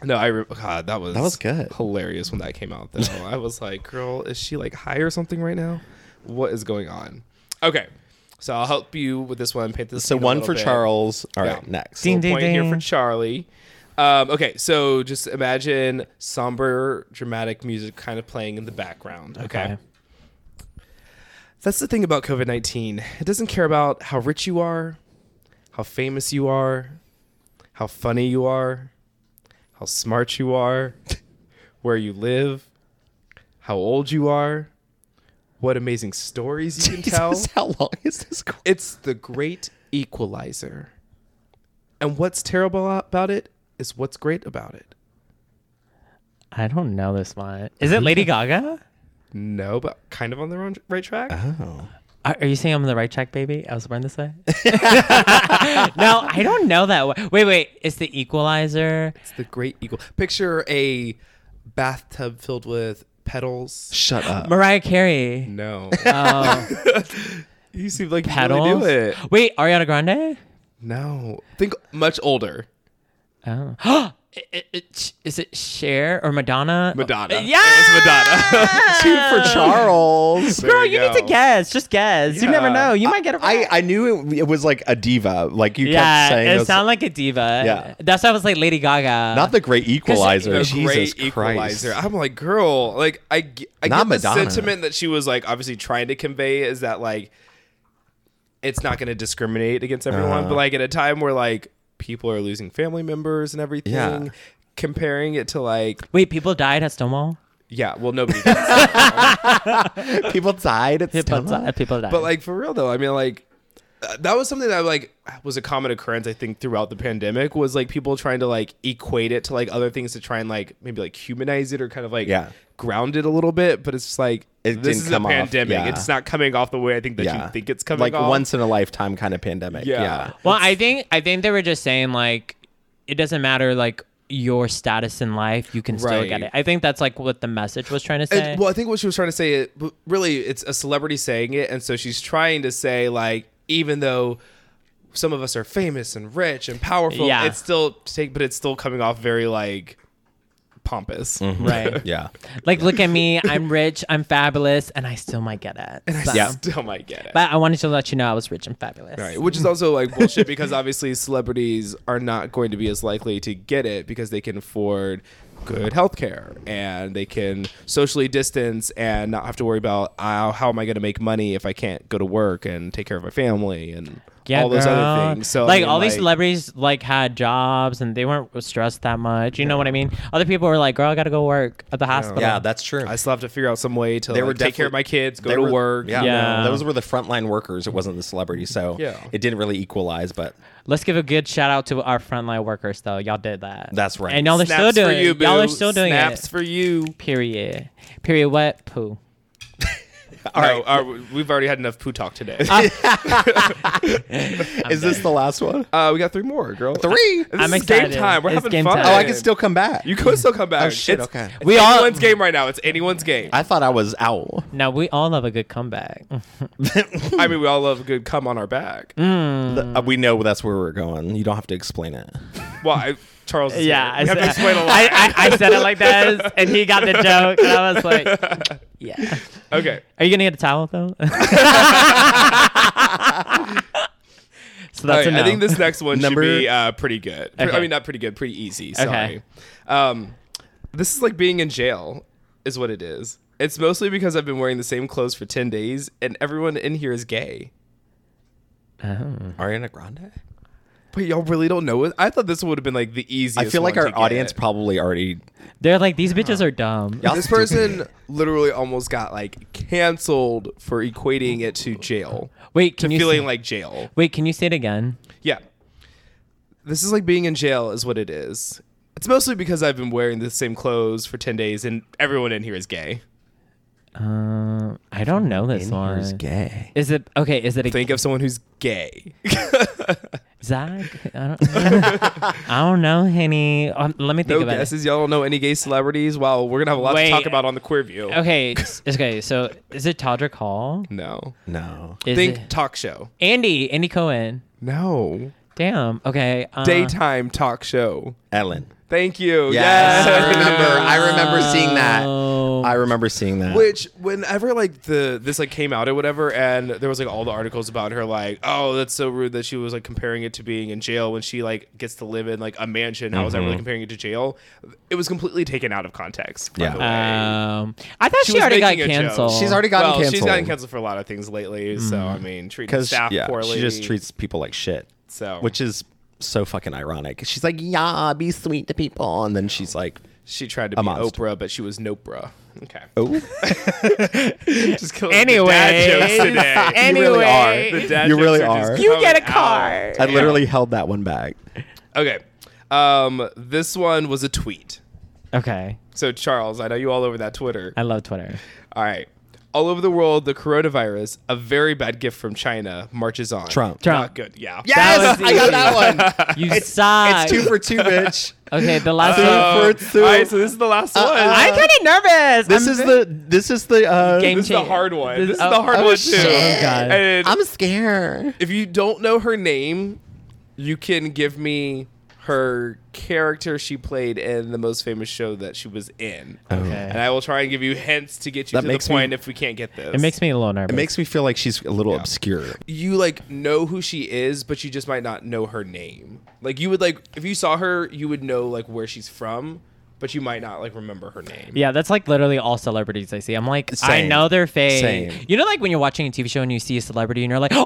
Speaker 2: No, I re- God, that was
Speaker 1: That was good.
Speaker 2: Hilarious when that came out though. I was like, girl, is she like high or something right now? What is going on? Okay. So I'll help you with this one. Paint this.
Speaker 1: so
Speaker 2: scene a
Speaker 1: one
Speaker 2: little
Speaker 1: for
Speaker 2: bit.
Speaker 1: Charles. All right,
Speaker 2: Yeah.
Speaker 1: next.
Speaker 3: Ding,
Speaker 2: Little
Speaker 3: ding,
Speaker 2: point here for
Speaker 3: ding.
Speaker 2: Charlie. Um, okay, so just imagine somber, dramatic music kind of playing in the background. okay.
Speaker 3: Okay.
Speaker 2: That's the thing about COVID 19. It doesn't care about how rich you are, how famous you are, how funny you are, how smart you are, where you live, how old you are, what amazing stories you can tell.
Speaker 1: Jesus, how long is this? qu-
Speaker 2: It's the great equalizer. And what's terrible about it is what's great about it.
Speaker 3: I don't know this one. Is it Lady Gaga?
Speaker 2: No, but kind of on the wrong, right track.
Speaker 1: Oh.
Speaker 3: Are, are you saying I'm on the right track, baby? I was born this way. no, I don't know that one. Wait, wait. It's the Equalizer.
Speaker 2: It's the great equal. Picture a bathtub filled with petals.
Speaker 1: Shut up.
Speaker 3: Mariah Carey.
Speaker 2: No.
Speaker 3: Oh,
Speaker 2: you seem like
Speaker 3: pedals.
Speaker 2: you really do it.
Speaker 3: Wait, Ariana Grande.
Speaker 2: No. Think much older.
Speaker 3: Oh, it, it, is it Cher or Madonna? Uh,
Speaker 2: Madonna.
Speaker 3: Yeah.
Speaker 2: It was Madonna.
Speaker 1: Two for Charles.
Speaker 2: There
Speaker 3: Girl,
Speaker 2: we
Speaker 3: you need to
Speaker 2: go.
Speaker 3: guess. Just guess. You never
Speaker 2: Yeah.
Speaker 3: know. You might get it right.
Speaker 1: I, I knew it, it was like a diva. Like you
Speaker 3: yeah,
Speaker 1: kept saying,
Speaker 3: it
Speaker 1: was
Speaker 3: sounded like a diva.
Speaker 1: Yeah.
Speaker 3: That's why I was like Lady Gaga.
Speaker 1: not the great equalizer.
Speaker 2: The
Speaker 1: Jesus
Speaker 2: great
Speaker 1: Christ.
Speaker 2: equalizer. I'm like, girl, like I, g- I
Speaker 1: Not
Speaker 2: get the
Speaker 1: Madonna.
Speaker 2: sentiment that she was like obviously trying to convey is that like it's not going to discriminate against everyone,
Speaker 1: Uh-huh.
Speaker 2: but like at a time where like people are losing family members and everything,
Speaker 1: Yeah.
Speaker 2: comparing it to like
Speaker 3: Wait, people died at Stonewall?
Speaker 2: yeah, well nobody, does.
Speaker 1: People died. It's
Speaker 3: People,
Speaker 1: Stella.
Speaker 3: died. people died.
Speaker 2: but like for real though, I mean like uh, that was something that like was a common occurrence I think throughout the pandemic was like people trying to like equate it to like other things to try and like maybe like humanize it or kind of like
Speaker 1: Yeah.
Speaker 2: ground it a little bit, but it's just like
Speaker 1: It
Speaker 2: this
Speaker 1: didn't
Speaker 2: is
Speaker 1: come
Speaker 2: a
Speaker 1: off,
Speaker 2: pandemic.
Speaker 1: yeah.
Speaker 2: It's not coming off the way I think that you think it's coming
Speaker 1: like
Speaker 2: off.
Speaker 1: once in a lifetime kind of pandemic.
Speaker 2: Yeah.
Speaker 1: Yeah.
Speaker 3: Well, I think I think they were just saying like it doesn't matter like your status in life, you can still
Speaker 2: Right.
Speaker 3: get it. I think that's like what the message was trying to
Speaker 2: And-
Speaker 3: say.
Speaker 2: well, I think what she was trying to say, it- but really, it's a celebrity saying it, and so she's trying to say like, even though some of us are famous and rich and powerful,
Speaker 3: Yeah.
Speaker 2: it's still take, but it's still coming off very like pompous.
Speaker 3: right.
Speaker 1: Yeah.
Speaker 3: Like look at me, I'm rich, I'm fabulous, and I still might get it. So-
Speaker 1: Yeah.
Speaker 2: Still might get it.
Speaker 3: But I wanted to let you know I was rich and fabulous.
Speaker 2: Right, which is also like bullshit because obviously celebrities are not going to be as likely to get it because they can afford good health care and they can socially distance and not have to worry about "Oh, how am I going to make money if I can't go to work and take care of my family and
Speaker 3: Yeah,
Speaker 2: all those
Speaker 3: girl.
Speaker 2: other things. So I
Speaker 3: like
Speaker 2: mean,
Speaker 3: all these celebrities like had jobs and they weren't stressed that much. You know what I mean? Other people were like, "Girl, I gotta go work at the hospital."
Speaker 1: Yeah, that's true.
Speaker 2: I still have to figure out some way to
Speaker 1: They
Speaker 2: like,
Speaker 1: were
Speaker 2: take care of
Speaker 1: definitely-
Speaker 2: my kids, go
Speaker 1: They
Speaker 2: to
Speaker 1: were-
Speaker 2: work.
Speaker 1: Yeah,
Speaker 3: Yeah.
Speaker 1: Those were the frontline workers. It wasn't the celebrity, so
Speaker 2: Yeah.
Speaker 1: it didn't really equalize. But
Speaker 3: Let's give a good shout out to our frontline workers, though. Y'all did that.
Speaker 1: That's right.
Speaker 3: And y'all are
Speaker 2: Snaps
Speaker 3: still doing
Speaker 2: for you,
Speaker 3: it. Y'all are
Speaker 2: boo.
Speaker 3: still doing
Speaker 2: Snaps
Speaker 3: it.
Speaker 2: for you.
Speaker 3: Period. Period. What? Poo.
Speaker 2: All right, uh, we've already had enough poo talk today.
Speaker 3: Uh,
Speaker 1: is this the last one?
Speaker 2: Uh, we got three more, girl.
Speaker 1: Three?
Speaker 2: This
Speaker 3: I'm
Speaker 2: is
Speaker 3: excited.
Speaker 2: game time. We're
Speaker 3: It's
Speaker 2: having
Speaker 3: game
Speaker 2: fun.
Speaker 3: time.
Speaker 1: oh, I can still come back.
Speaker 2: You could still come back.
Speaker 1: Oh, shit,
Speaker 2: It's-
Speaker 1: okay.
Speaker 2: It's
Speaker 1: We
Speaker 3: all-
Speaker 2: anyone's game right now. It's anyone's game. I,
Speaker 1: I thought I was owl.
Speaker 3: Now we all love a good comeback.
Speaker 2: mean, we all love a good come on our back.
Speaker 1: Th- uh, we know that's where we're going. You don't have to explain it.
Speaker 2: Well, I, Charles. Is
Speaker 3: yeah,
Speaker 2: here. we have to explain a lot.
Speaker 3: I, I, I said it like this, and he got the joke, and I was like, "Yeah."
Speaker 2: okay,
Speaker 3: Are you gonna get a towel though? so
Speaker 2: All
Speaker 3: that's
Speaker 2: right,
Speaker 3: a no.
Speaker 2: I think this next one
Speaker 1: Number-
Speaker 2: should be uh, pretty good. Pre- I
Speaker 3: Okay.
Speaker 2: mean, not pretty good, pretty easy. Sorry.
Speaker 3: Okay.
Speaker 2: Um, this is like being in jail, is what it is. It's mostly because I've been wearing the same clothes for ten days, and everyone in here is gay.
Speaker 1: Ariana Grande?
Speaker 2: But y'all really don't know it. I thought this would have been like the
Speaker 1: I
Speaker 2: easiest.
Speaker 1: feel like
Speaker 2: one to
Speaker 1: our audience
Speaker 2: get.
Speaker 1: probably already.
Speaker 3: They're like these bitches are dumb.
Speaker 1: Y'all
Speaker 2: this
Speaker 1: stupid.
Speaker 2: person literally almost got like canceled for equating it to jail,
Speaker 3: Wait,
Speaker 2: to
Speaker 3: can you
Speaker 2: feeling
Speaker 3: say,
Speaker 2: like jail.
Speaker 3: wait? Can you say it again?
Speaker 2: Yeah. This is like being in jail, is what it is. It's mostly because I've been wearing the same clothes for 10 days and everyone in here is gay.
Speaker 3: Um, I don't know this one.
Speaker 1: Here's gay.
Speaker 3: Is it okay? Is it a
Speaker 2: Think of someone who's gay.
Speaker 3: Zach? I don't. I don't know, Henny. Um, let me think
Speaker 2: no
Speaker 3: about it.
Speaker 2: guesses. Y'all don't know any gay celebrities? Wow, we're going to have a lot to
Speaker 3: Wait.
Speaker 2: talk about on the Queer View.
Speaker 3: Okay, s- okay. So is it Todrick Hall?
Speaker 2: No.
Speaker 1: No.
Speaker 3: Is
Speaker 2: Think
Speaker 3: it
Speaker 2: talk show.
Speaker 3: Andy? Andy Cohen?
Speaker 2: No.
Speaker 3: Damn. Okay. Uh,
Speaker 2: Daytime talk show.
Speaker 1: Ellen.
Speaker 2: Thank you.
Speaker 1: Yes, I
Speaker 2: Yes.
Speaker 1: remember. I remember seeing that.
Speaker 3: Oh.
Speaker 1: I remember seeing that.
Speaker 2: Which, whenever like the this like came out or whatever, and there was like all the articles about her, like, oh, that's so rude that she was like comparing it to being in jail when she like gets to live in like a mansion. How was that
Speaker 1: Mm-hmm.
Speaker 2: really comparing it to jail? It was completely taken out of context. By
Speaker 1: Yeah.
Speaker 2: the way.
Speaker 3: Um, I thought
Speaker 2: She
Speaker 3: she,
Speaker 2: was
Speaker 3: already got
Speaker 2: making a joke.
Speaker 3: canceled.
Speaker 1: She's already gotten
Speaker 2: well,
Speaker 1: canceled.
Speaker 2: she's gotten canceled for a lot of things lately. So I mean, treating
Speaker 1: because
Speaker 2: staff
Speaker 1: yeah,
Speaker 2: poorly.
Speaker 1: she just treats people like shit.
Speaker 2: So-
Speaker 1: which is so fucking ironic. She's like, yeah, be sweet to people, and then she's like,
Speaker 2: She tried to
Speaker 1: a
Speaker 2: be
Speaker 1: monster.
Speaker 2: Oprah, but she was Nopra. Okay.
Speaker 1: oh,
Speaker 2: Just killing the dad jokes today.
Speaker 1: You really are.
Speaker 2: The dad
Speaker 1: You
Speaker 2: jokes
Speaker 1: really
Speaker 2: are.
Speaker 1: are.
Speaker 2: Just
Speaker 1: You
Speaker 2: coming
Speaker 3: get a
Speaker 2: out.
Speaker 3: car.
Speaker 1: I literally held that one back.
Speaker 2: Okay. Um, this one was a tweet.
Speaker 3: okay.
Speaker 2: So Charles, I know you all over that Twitter.
Speaker 3: I love Twitter.
Speaker 2: All right. All over the world, the coronavirus, a very bad gift from China, marches on.
Speaker 1: Trump.
Speaker 2: Not
Speaker 3: Trump.
Speaker 2: good. Yeah.
Speaker 1: Yes, I got that one.
Speaker 3: You suck.
Speaker 1: It's two for two, bitch.
Speaker 3: okay, the last
Speaker 1: Uh,
Speaker 3: one.
Speaker 2: Um,
Speaker 1: For two.
Speaker 2: all right, so this is the last one.
Speaker 3: I'm kind of nervous.
Speaker 1: This
Speaker 3: I'm
Speaker 1: is the this is the uh,
Speaker 3: Game-
Speaker 2: this is the
Speaker 3: changer.
Speaker 2: hard one. This,
Speaker 3: This-
Speaker 2: is the
Speaker 3: oh,
Speaker 2: hard
Speaker 3: oh,
Speaker 2: one too.
Speaker 3: shit. Oh, God.
Speaker 2: And
Speaker 1: I'm scared.
Speaker 2: if you don't know her name, you can give me her character she played in the most famous show that she was in.
Speaker 1: Okay.
Speaker 2: And I will try and give you hints to get you
Speaker 1: That
Speaker 2: to
Speaker 1: makes
Speaker 2: the point
Speaker 1: me-
Speaker 2: if we can't get this.
Speaker 3: It makes me a little nervous.
Speaker 1: It makes me feel like she's a little obscure.
Speaker 2: you like know who she is, but you just might not know her name. Like you would like if you saw her, you would know like where she's from, but you might not like remember her name.
Speaker 3: Yeah, that's like literally all celebrities I see. I'm like, I
Speaker 1: Same.
Speaker 3: know their face.
Speaker 1: Same.
Speaker 3: You know, like when you're watching a TV show and you see a celebrity and you're like, oh, oh,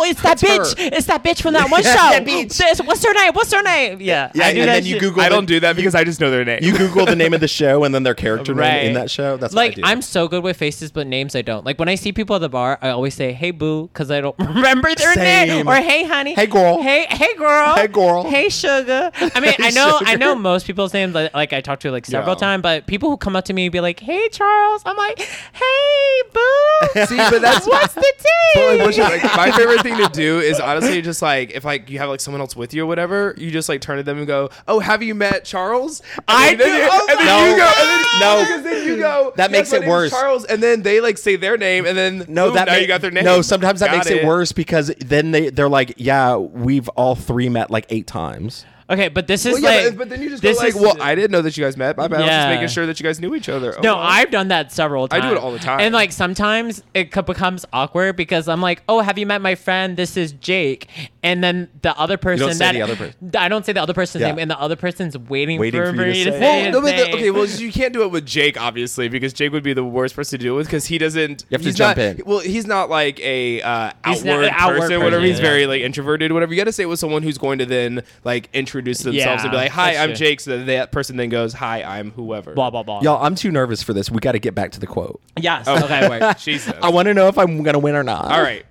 Speaker 3: oh, it's that
Speaker 2: That's
Speaker 3: bitch. It's that bitch from that one show.
Speaker 1: That bitch.
Speaker 3: This- What's her name? What's her name? Yeah.
Speaker 1: Yeah,
Speaker 3: I do
Speaker 1: and
Speaker 3: that
Speaker 1: then you
Speaker 3: shit.
Speaker 1: Google
Speaker 2: I
Speaker 1: the-
Speaker 2: don't do that because I just know their name.
Speaker 1: You Google the name of the show and then their character name in that show. That's
Speaker 3: like
Speaker 1: what I do.
Speaker 3: I'm so good with faces, but names I don't. Like when I see people at the bar, I always say "Hey boo" because I don't remember their name,
Speaker 1: Same.
Speaker 3: or "Hey honey,"
Speaker 1: Hey, girl.
Speaker 3: hey hey girl,
Speaker 1: Hey, girl.
Speaker 3: hey sugar. I mean, I know I
Speaker 1: sugar.
Speaker 3: know most people's names. Like, like I talked to like several
Speaker 2: Yeah.
Speaker 3: times, but people who come up to me and be like, "Hey Charles," I'm like, "Hey boo."
Speaker 2: See, but that's
Speaker 3: What's the
Speaker 2: But,
Speaker 3: tea?
Speaker 2: like, what you- like, my favorite thing to do is honestly just like if like you have like someone else with you or whatever, you just like turn to them and go, "Oh, have you met Charles?" And
Speaker 3: I
Speaker 2: then,
Speaker 3: do-
Speaker 2: You,
Speaker 3: oh
Speaker 2: and then
Speaker 1: my
Speaker 2: you go, and then,
Speaker 1: God.
Speaker 2: because then you go.
Speaker 1: That
Speaker 2: "Yes,
Speaker 1: makes
Speaker 2: my
Speaker 1: it
Speaker 2: name is
Speaker 1: worse.
Speaker 2: Charles, and then they like say their name, and then
Speaker 1: no,
Speaker 2: boom,
Speaker 1: that
Speaker 2: now
Speaker 1: ma-
Speaker 2: you got their name.
Speaker 1: No, sometimes that
Speaker 2: Got
Speaker 1: makes it. worse because then they they're like, yeah, we've all three met like eight times.
Speaker 3: okay, but this is
Speaker 2: Well, yeah,
Speaker 3: like,
Speaker 2: but, but then you just go
Speaker 3: this
Speaker 2: like,
Speaker 3: is
Speaker 2: "Well, I didn't know that you guys met. My bad. I was just
Speaker 3: Yeah.
Speaker 2: making sure that you guys knew each other." Oh,
Speaker 3: No,
Speaker 2: well.
Speaker 3: I've done that several
Speaker 2: I
Speaker 3: times.
Speaker 2: do it all the time.
Speaker 3: And like sometimes it co- becomes awkward because I'm like, "Oh, have you met my friend? This is Jake." And then the other person
Speaker 1: say
Speaker 3: that
Speaker 1: the other person.
Speaker 3: I don't say the other person's
Speaker 1: Yeah.
Speaker 3: name, and the other person's waiting,
Speaker 1: Waiting
Speaker 3: for, me to say,
Speaker 1: it.
Speaker 2: Well,
Speaker 3: his
Speaker 2: no, but the,
Speaker 3: name.
Speaker 2: okay. Well, you can't do it with Jake, obviously, because Jake would be the worst person to do it with because he doesn't.
Speaker 1: You have to
Speaker 2: he's
Speaker 1: jump
Speaker 2: not-
Speaker 1: in.
Speaker 2: Well, he's not like a uh,
Speaker 3: He's not
Speaker 2: outward,
Speaker 3: an outward
Speaker 2: person, whatever.
Speaker 3: person,
Speaker 2: He's
Speaker 3: yeah.
Speaker 2: very like introverted, whatever. You got to say it with someone who's going to then like introduce themselves
Speaker 3: Yeah,
Speaker 2: and be like, "Hi,
Speaker 3: that's
Speaker 2: I'm
Speaker 3: true.
Speaker 2: Jake," so that that person then goes, "Hi, I'm whoever."
Speaker 3: blah blah blah.
Speaker 1: Y'all, I'm too nervous for this. We got to get back to the quote.
Speaker 3: Yes.
Speaker 2: Oh,
Speaker 3: Okay.
Speaker 2: okay, wait, Jesus.
Speaker 1: I want to know if I'm gonna win or not.
Speaker 2: All right.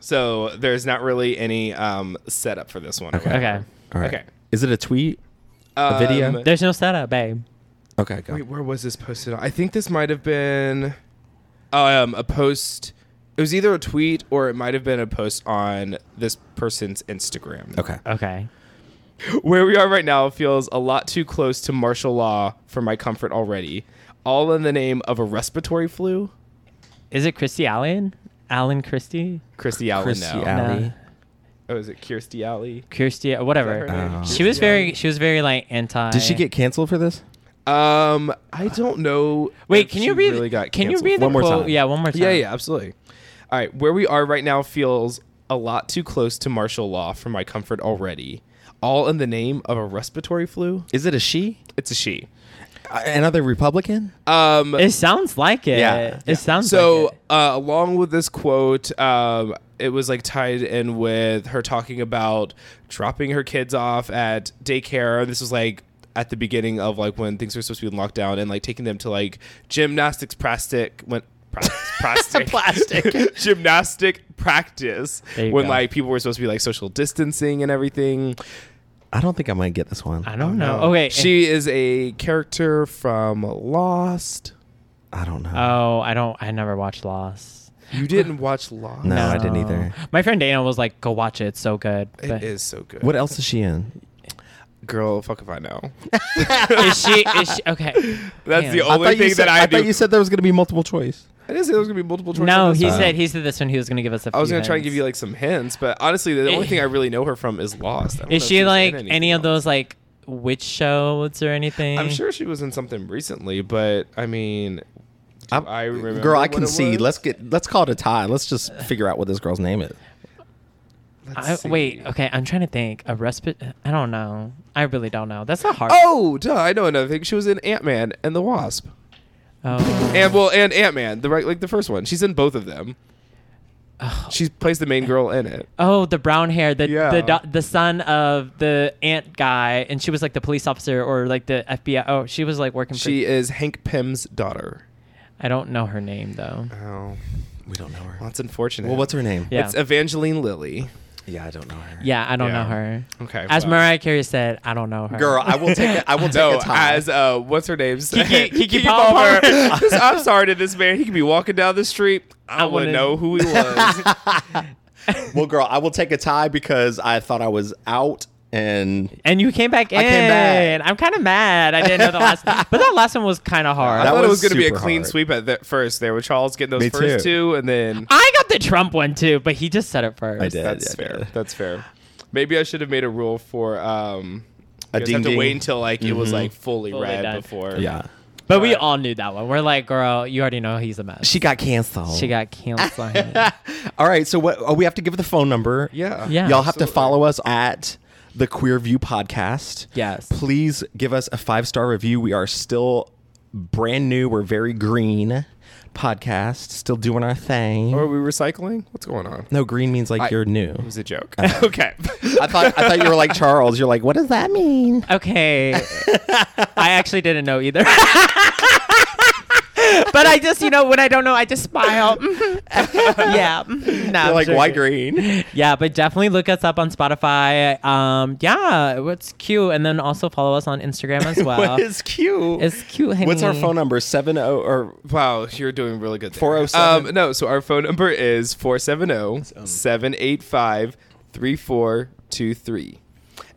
Speaker 2: So there's not really any um, setup for this one. Okay.
Speaker 3: Okay.
Speaker 1: all right.
Speaker 2: Okay.
Speaker 1: Is it a tweet? A
Speaker 2: Um,
Speaker 1: video?
Speaker 3: There's no setup, babe.
Speaker 1: Okay, go.
Speaker 2: Wait, where was this posted? on? I think this might have been um, a post. It was either a tweet or it might have been a post on this person's Instagram.
Speaker 1: okay.
Speaker 3: Okay.
Speaker 2: Where we are right now feels a lot too close to martial law for my comfort already. All in the name of a respiratory flu?
Speaker 3: Is it Christy Allen? Alan Christie?
Speaker 2: Christy Allen.
Speaker 1: Christy
Speaker 2: now.
Speaker 1: Allen. Alley.
Speaker 3: No.
Speaker 2: Oh, is it Kirsty Alley?
Speaker 3: Kirstie,
Speaker 2: Is that
Speaker 3: uh, whatever.
Speaker 2: her name?
Speaker 1: Oh.
Speaker 3: She was
Speaker 2: Kirstie
Speaker 3: very, she was very like anti.
Speaker 1: Did she get canceled for this?
Speaker 2: Alley. Um, I don't know.
Speaker 3: Wait,
Speaker 2: if
Speaker 3: can
Speaker 2: she
Speaker 3: you read?
Speaker 2: Really got
Speaker 3: can you
Speaker 2: canceled.
Speaker 3: read the
Speaker 1: One more
Speaker 3: quote?
Speaker 1: time.
Speaker 3: Yeah, one more time.
Speaker 2: Yeah, yeah, absolutely. All right, where we are right now feels a lot too close to martial law for my comfort already. All in the name of a respiratory flu.
Speaker 1: Is it a she?
Speaker 2: It's a she.
Speaker 1: Uh, Another Republican?
Speaker 2: Um,
Speaker 3: It sounds like it.
Speaker 1: Yeah. Yeah.
Speaker 3: It sounds
Speaker 2: so
Speaker 3: like it.
Speaker 2: uh, along with this quote, um, it was like tied in with her talking about dropping her kids off at daycare. This was like at the beginning of like when things were supposed to be in lockdown and like taking them to like gymnastics plastic when. Plastic, plastic, gymnastic practice
Speaker 3: There you
Speaker 2: when
Speaker 3: go.
Speaker 2: like people were supposed to be like social distancing and everything. Um,
Speaker 1: I don't think I might get this one.
Speaker 3: I don't know. Okay.
Speaker 2: she is a character from Lost.
Speaker 1: I don't know.
Speaker 2: Uh,
Speaker 3: Oh, I don't. I never watched Lost.
Speaker 2: You didn't watch Lost.
Speaker 1: No, I didn't either.
Speaker 3: My friend Dana was like, "Go watch it. It's so good."
Speaker 2: it is
Speaker 3: But-
Speaker 2: so good.
Speaker 1: What else is she in?
Speaker 2: Girl, fuck if I know.
Speaker 3: Is she? Is she? Okay.
Speaker 2: That's
Speaker 3: Damn.
Speaker 2: the
Speaker 1: I
Speaker 2: only
Speaker 1: thought you
Speaker 2: thing
Speaker 1: said,
Speaker 2: that I, do.
Speaker 1: thought you said there was going to be multiple choice.
Speaker 2: I didn't say there was gonna be multiple choice.
Speaker 3: No,
Speaker 2: on this
Speaker 3: he
Speaker 2: one.
Speaker 3: said he said this one. He was gonna give us a.
Speaker 2: I was
Speaker 3: few
Speaker 2: gonna try and
Speaker 3: hints.
Speaker 2: give you like some hints, but honestly, the only
Speaker 3: Eh.
Speaker 2: thing I really know her from is Lost. I don't know
Speaker 3: Is
Speaker 2: if
Speaker 3: she
Speaker 2: was in
Speaker 3: like
Speaker 2: anything
Speaker 3: any of
Speaker 2: else.
Speaker 3: those like eh? witch shows or anything?
Speaker 2: I'm sure she was in something recently, but I mean, do
Speaker 1: I'm-
Speaker 2: I remember.
Speaker 1: Girl, I
Speaker 2: what it
Speaker 1: can see.
Speaker 2: was?
Speaker 1: Let's get. Let's call it a tie. Let's just figure out what this girl's name is.
Speaker 3: I,
Speaker 2: Let's
Speaker 3: wait.
Speaker 2: see.
Speaker 3: Okay. I'm trying to think. A respite. I don't know. I really don't know. That's a hard.
Speaker 2: Oh, duh! I know another thing. She was in Ant Man and the Wasp,
Speaker 3: Oh.
Speaker 2: and well, and Ant Man, the right, like the first one. She's in both of them. She plays the main girl in it.
Speaker 3: Oh, the brown hair, the
Speaker 2: Yeah.
Speaker 3: the do- the son of the ant guy, and she was like the police officer or like the FBI. Oh, she was like working for.
Speaker 2: She is Hank Pym's daughter.
Speaker 3: I don't know her name though.
Speaker 2: Oh,
Speaker 1: We don't know her.
Speaker 2: that's unfortunate.
Speaker 1: Well, what's her name?
Speaker 3: Yeah.
Speaker 2: It's Evangeline Lilly.
Speaker 1: Yeah, I don't know her.
Speaker 3: Yeah, I don't
Speaker 2: Yeah.
Speaker 3: know her.
Speaker 2: Okay,
Speaker 3: As
Speaker 2: well.
Speaker 3: Mariah Carey said, I don't know her.
Speaker 1: Girl, I will take. A, I will take
Speaker 2: No,
Speaker 1: a tie.
Speaker 2: as uh, what's her name's
Speaker 3: Kiki- Kiki
Speaker 2: Palmer.
Speaker 3: Palmer.
Speaker 2: This- I'm sorry to this man. He could be walking down the street. I,
Speaker 3: I
Speaker 2: wouldn't
Speaker 3: wouldn't-
Speaker 2: know who he was.
Speaker 1: well, girl, I will take a tie because I thought I was out, and
Speaker 3: and you came back in.
Speaker 1: I came back.
Speaker 3: I'm kind of mad. I didn't know the last, but that last one was kind of hard.
Speaker 2: I
Speaker 1: That
Speaker 2: thought it was
Speaker 1: was
Speaker 2: going to be a
Speaker 1: super
Speaker 2: clean
Speaker 1: hard.
Speaker 2: sweep at the first. There with Charles getting those
Speaker 1: Me
Speaker 2: first
Speaker 1: too.
Speaker 2: two, and then
Speaker 3: I got the Trump one too, but he just said it first.
Speaker 1: I did.
Speaker 2: that's
Speaker 1: yeah,
Speaker 2: fair.
Speaker 1: yeah.
Speaker 2: That's fair. Maybe I should have made a rule for um.
Speaker 1: A
Speaker 2: you guys have to
Speaker 1: ding-ding. Mm-hmm.
Speaker 2: wait until like it was like fully,
Speaker 3: Fully
Speaker 2: red
Speaker 3: done.
Speaker 2: before.
Speaker 1: Yeah.
Speaker 3: But we all knew that one. We're like, girl, you already know he's a mess.
Speaker 1: She got canceled.
Speaker 3: She got canceled. honey.
Speaker 1: All right, so what? Oh, we have to give the phone number.
Speaker 2: Yeah.
Speaker 3: Yeah.
Speaker 1: Y'all have to follow us at the Queer View Podcast.
Speaker 3: Yes.
Speaker 1: Please give us a five star review. We are still brand new. We're very green podcast, still doing our thing.
Speaker 2: Or are we recycling? What's going on?
Speaker 1: no, green means like
Speaker 2: I-
Speaker 1: you're new.
Speaker 2: It was a joke. okay.
Speaker 1: I thought I thought you were like Charles. You're like, what does that mean?
Speaker 3: Okay. I actually didn't know either. but I just, you know, when I don't know, I just smile. Mhm. yeah. mhm. No,
Speaker 1: You're
Speaker 3: I'm
Speaker 1: like, why
Speaker 3: joking.
Speaker 1: green?
Speaker 3: Yeah, but definitely look us up on Spotify. Um, yeah, it's cute. And then also follow us on Instagram as well.
Speaker 1: what is cute?
Speaker 3: It's cute,
Speaker 1: What's our
Speaker 3: honey.
Speaker 1: phone number? Seven zero or
Speaker 2: Wow, you're doing really good. there.
Speaker 1: 407.
Speaker 2: Um, no, so our phone number is oh, 470 785 3423.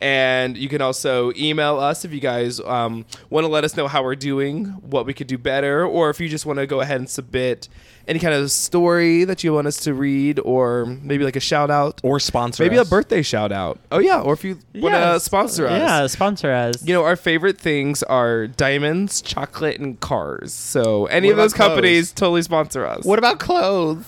Speaker 2: And you can also email us if you guys um, want to let us know how we're doing, what we could do better, or if you just want to go ahead and submit any kind of story that you want us to read, or maybe like a shout out,
Speaker 1: or sponsor?
Speaker 2: maybe
Speaker 1: us.
Speaker 2: a birthday shout out. Oh, yeah. Or if you want to
Speaker 3: Yes.
Speaker 2: sponsor us.
Speaker 3: Yeah, sponsor us.
Speaker 2: You know, our favorite things are diamonds, chocolate, and cars. So any
Speaker 1: What
Speaker 2: of those
Speaker 1: about
Speaker 2: companies totally sponsor us.
Speaker 1: What about clothes?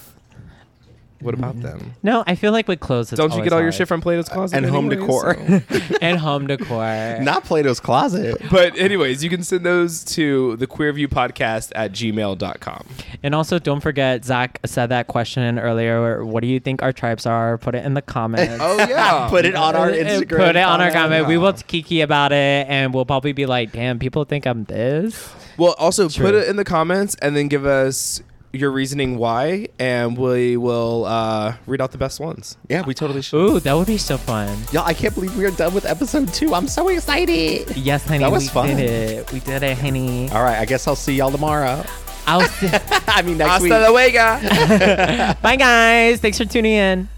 Speaker 2: What about them?
Speaker 3: no, I feel like with clothes, it's
Speaker 2: Don't you get all your
Speaker 3: always
Speaker 2: shit from Plato's
Speaker 1: Uh,
Speaker 2: Closet
Speaker 1: And home
Speaker 2: anyways,
Speaker 1: decor.
Speaker 2: so-
Speaker 3: hard. and home decor?
Speaker 1: Not Plato's closet.
Speaker 2: But anyways, you can send those to the Podcast at gmail.com.
Speaker 3: And also, don't forget, Zach said that question earlier. What do you think our tribes are? Put it in the comments.
Speaker 2: Oh yeah.
Speaker 1: Put it on our
Speaker 3: Uh,
Speaker 1: Instagram.
Speaker 3: Put it on our
Speaker 1: comment.
Speaker 3: comment. We will kiki about it, and we'll probably be like, "Damn, people think I'm this."
Speaker 2: Well also put
Speaker 3: True.
Speaker 2: it in the comments and then give us your reasoning why and we will uh, read out the best ones.
Speaker 1: Yeah, we totally should.
Speaker 3: Ooh, that would be so fun.
Speaker 1: Y'all, I can't believe we are done with episode two. I'm so excited.
Speaker 3: Yes, honey,
Speaker 1: That was
Speaker 3: we
Speaker 1: fun.
Speaker 3: did it. We did it, honey.
Speaker 1: All right, I guess I'll see y'all tomorrow.
Speaker 3: I'll s-
Speaker 1: I mean, next week.
Speaker 2: luego.
Speaker 3: Bye, guys. Thanks for tuning in.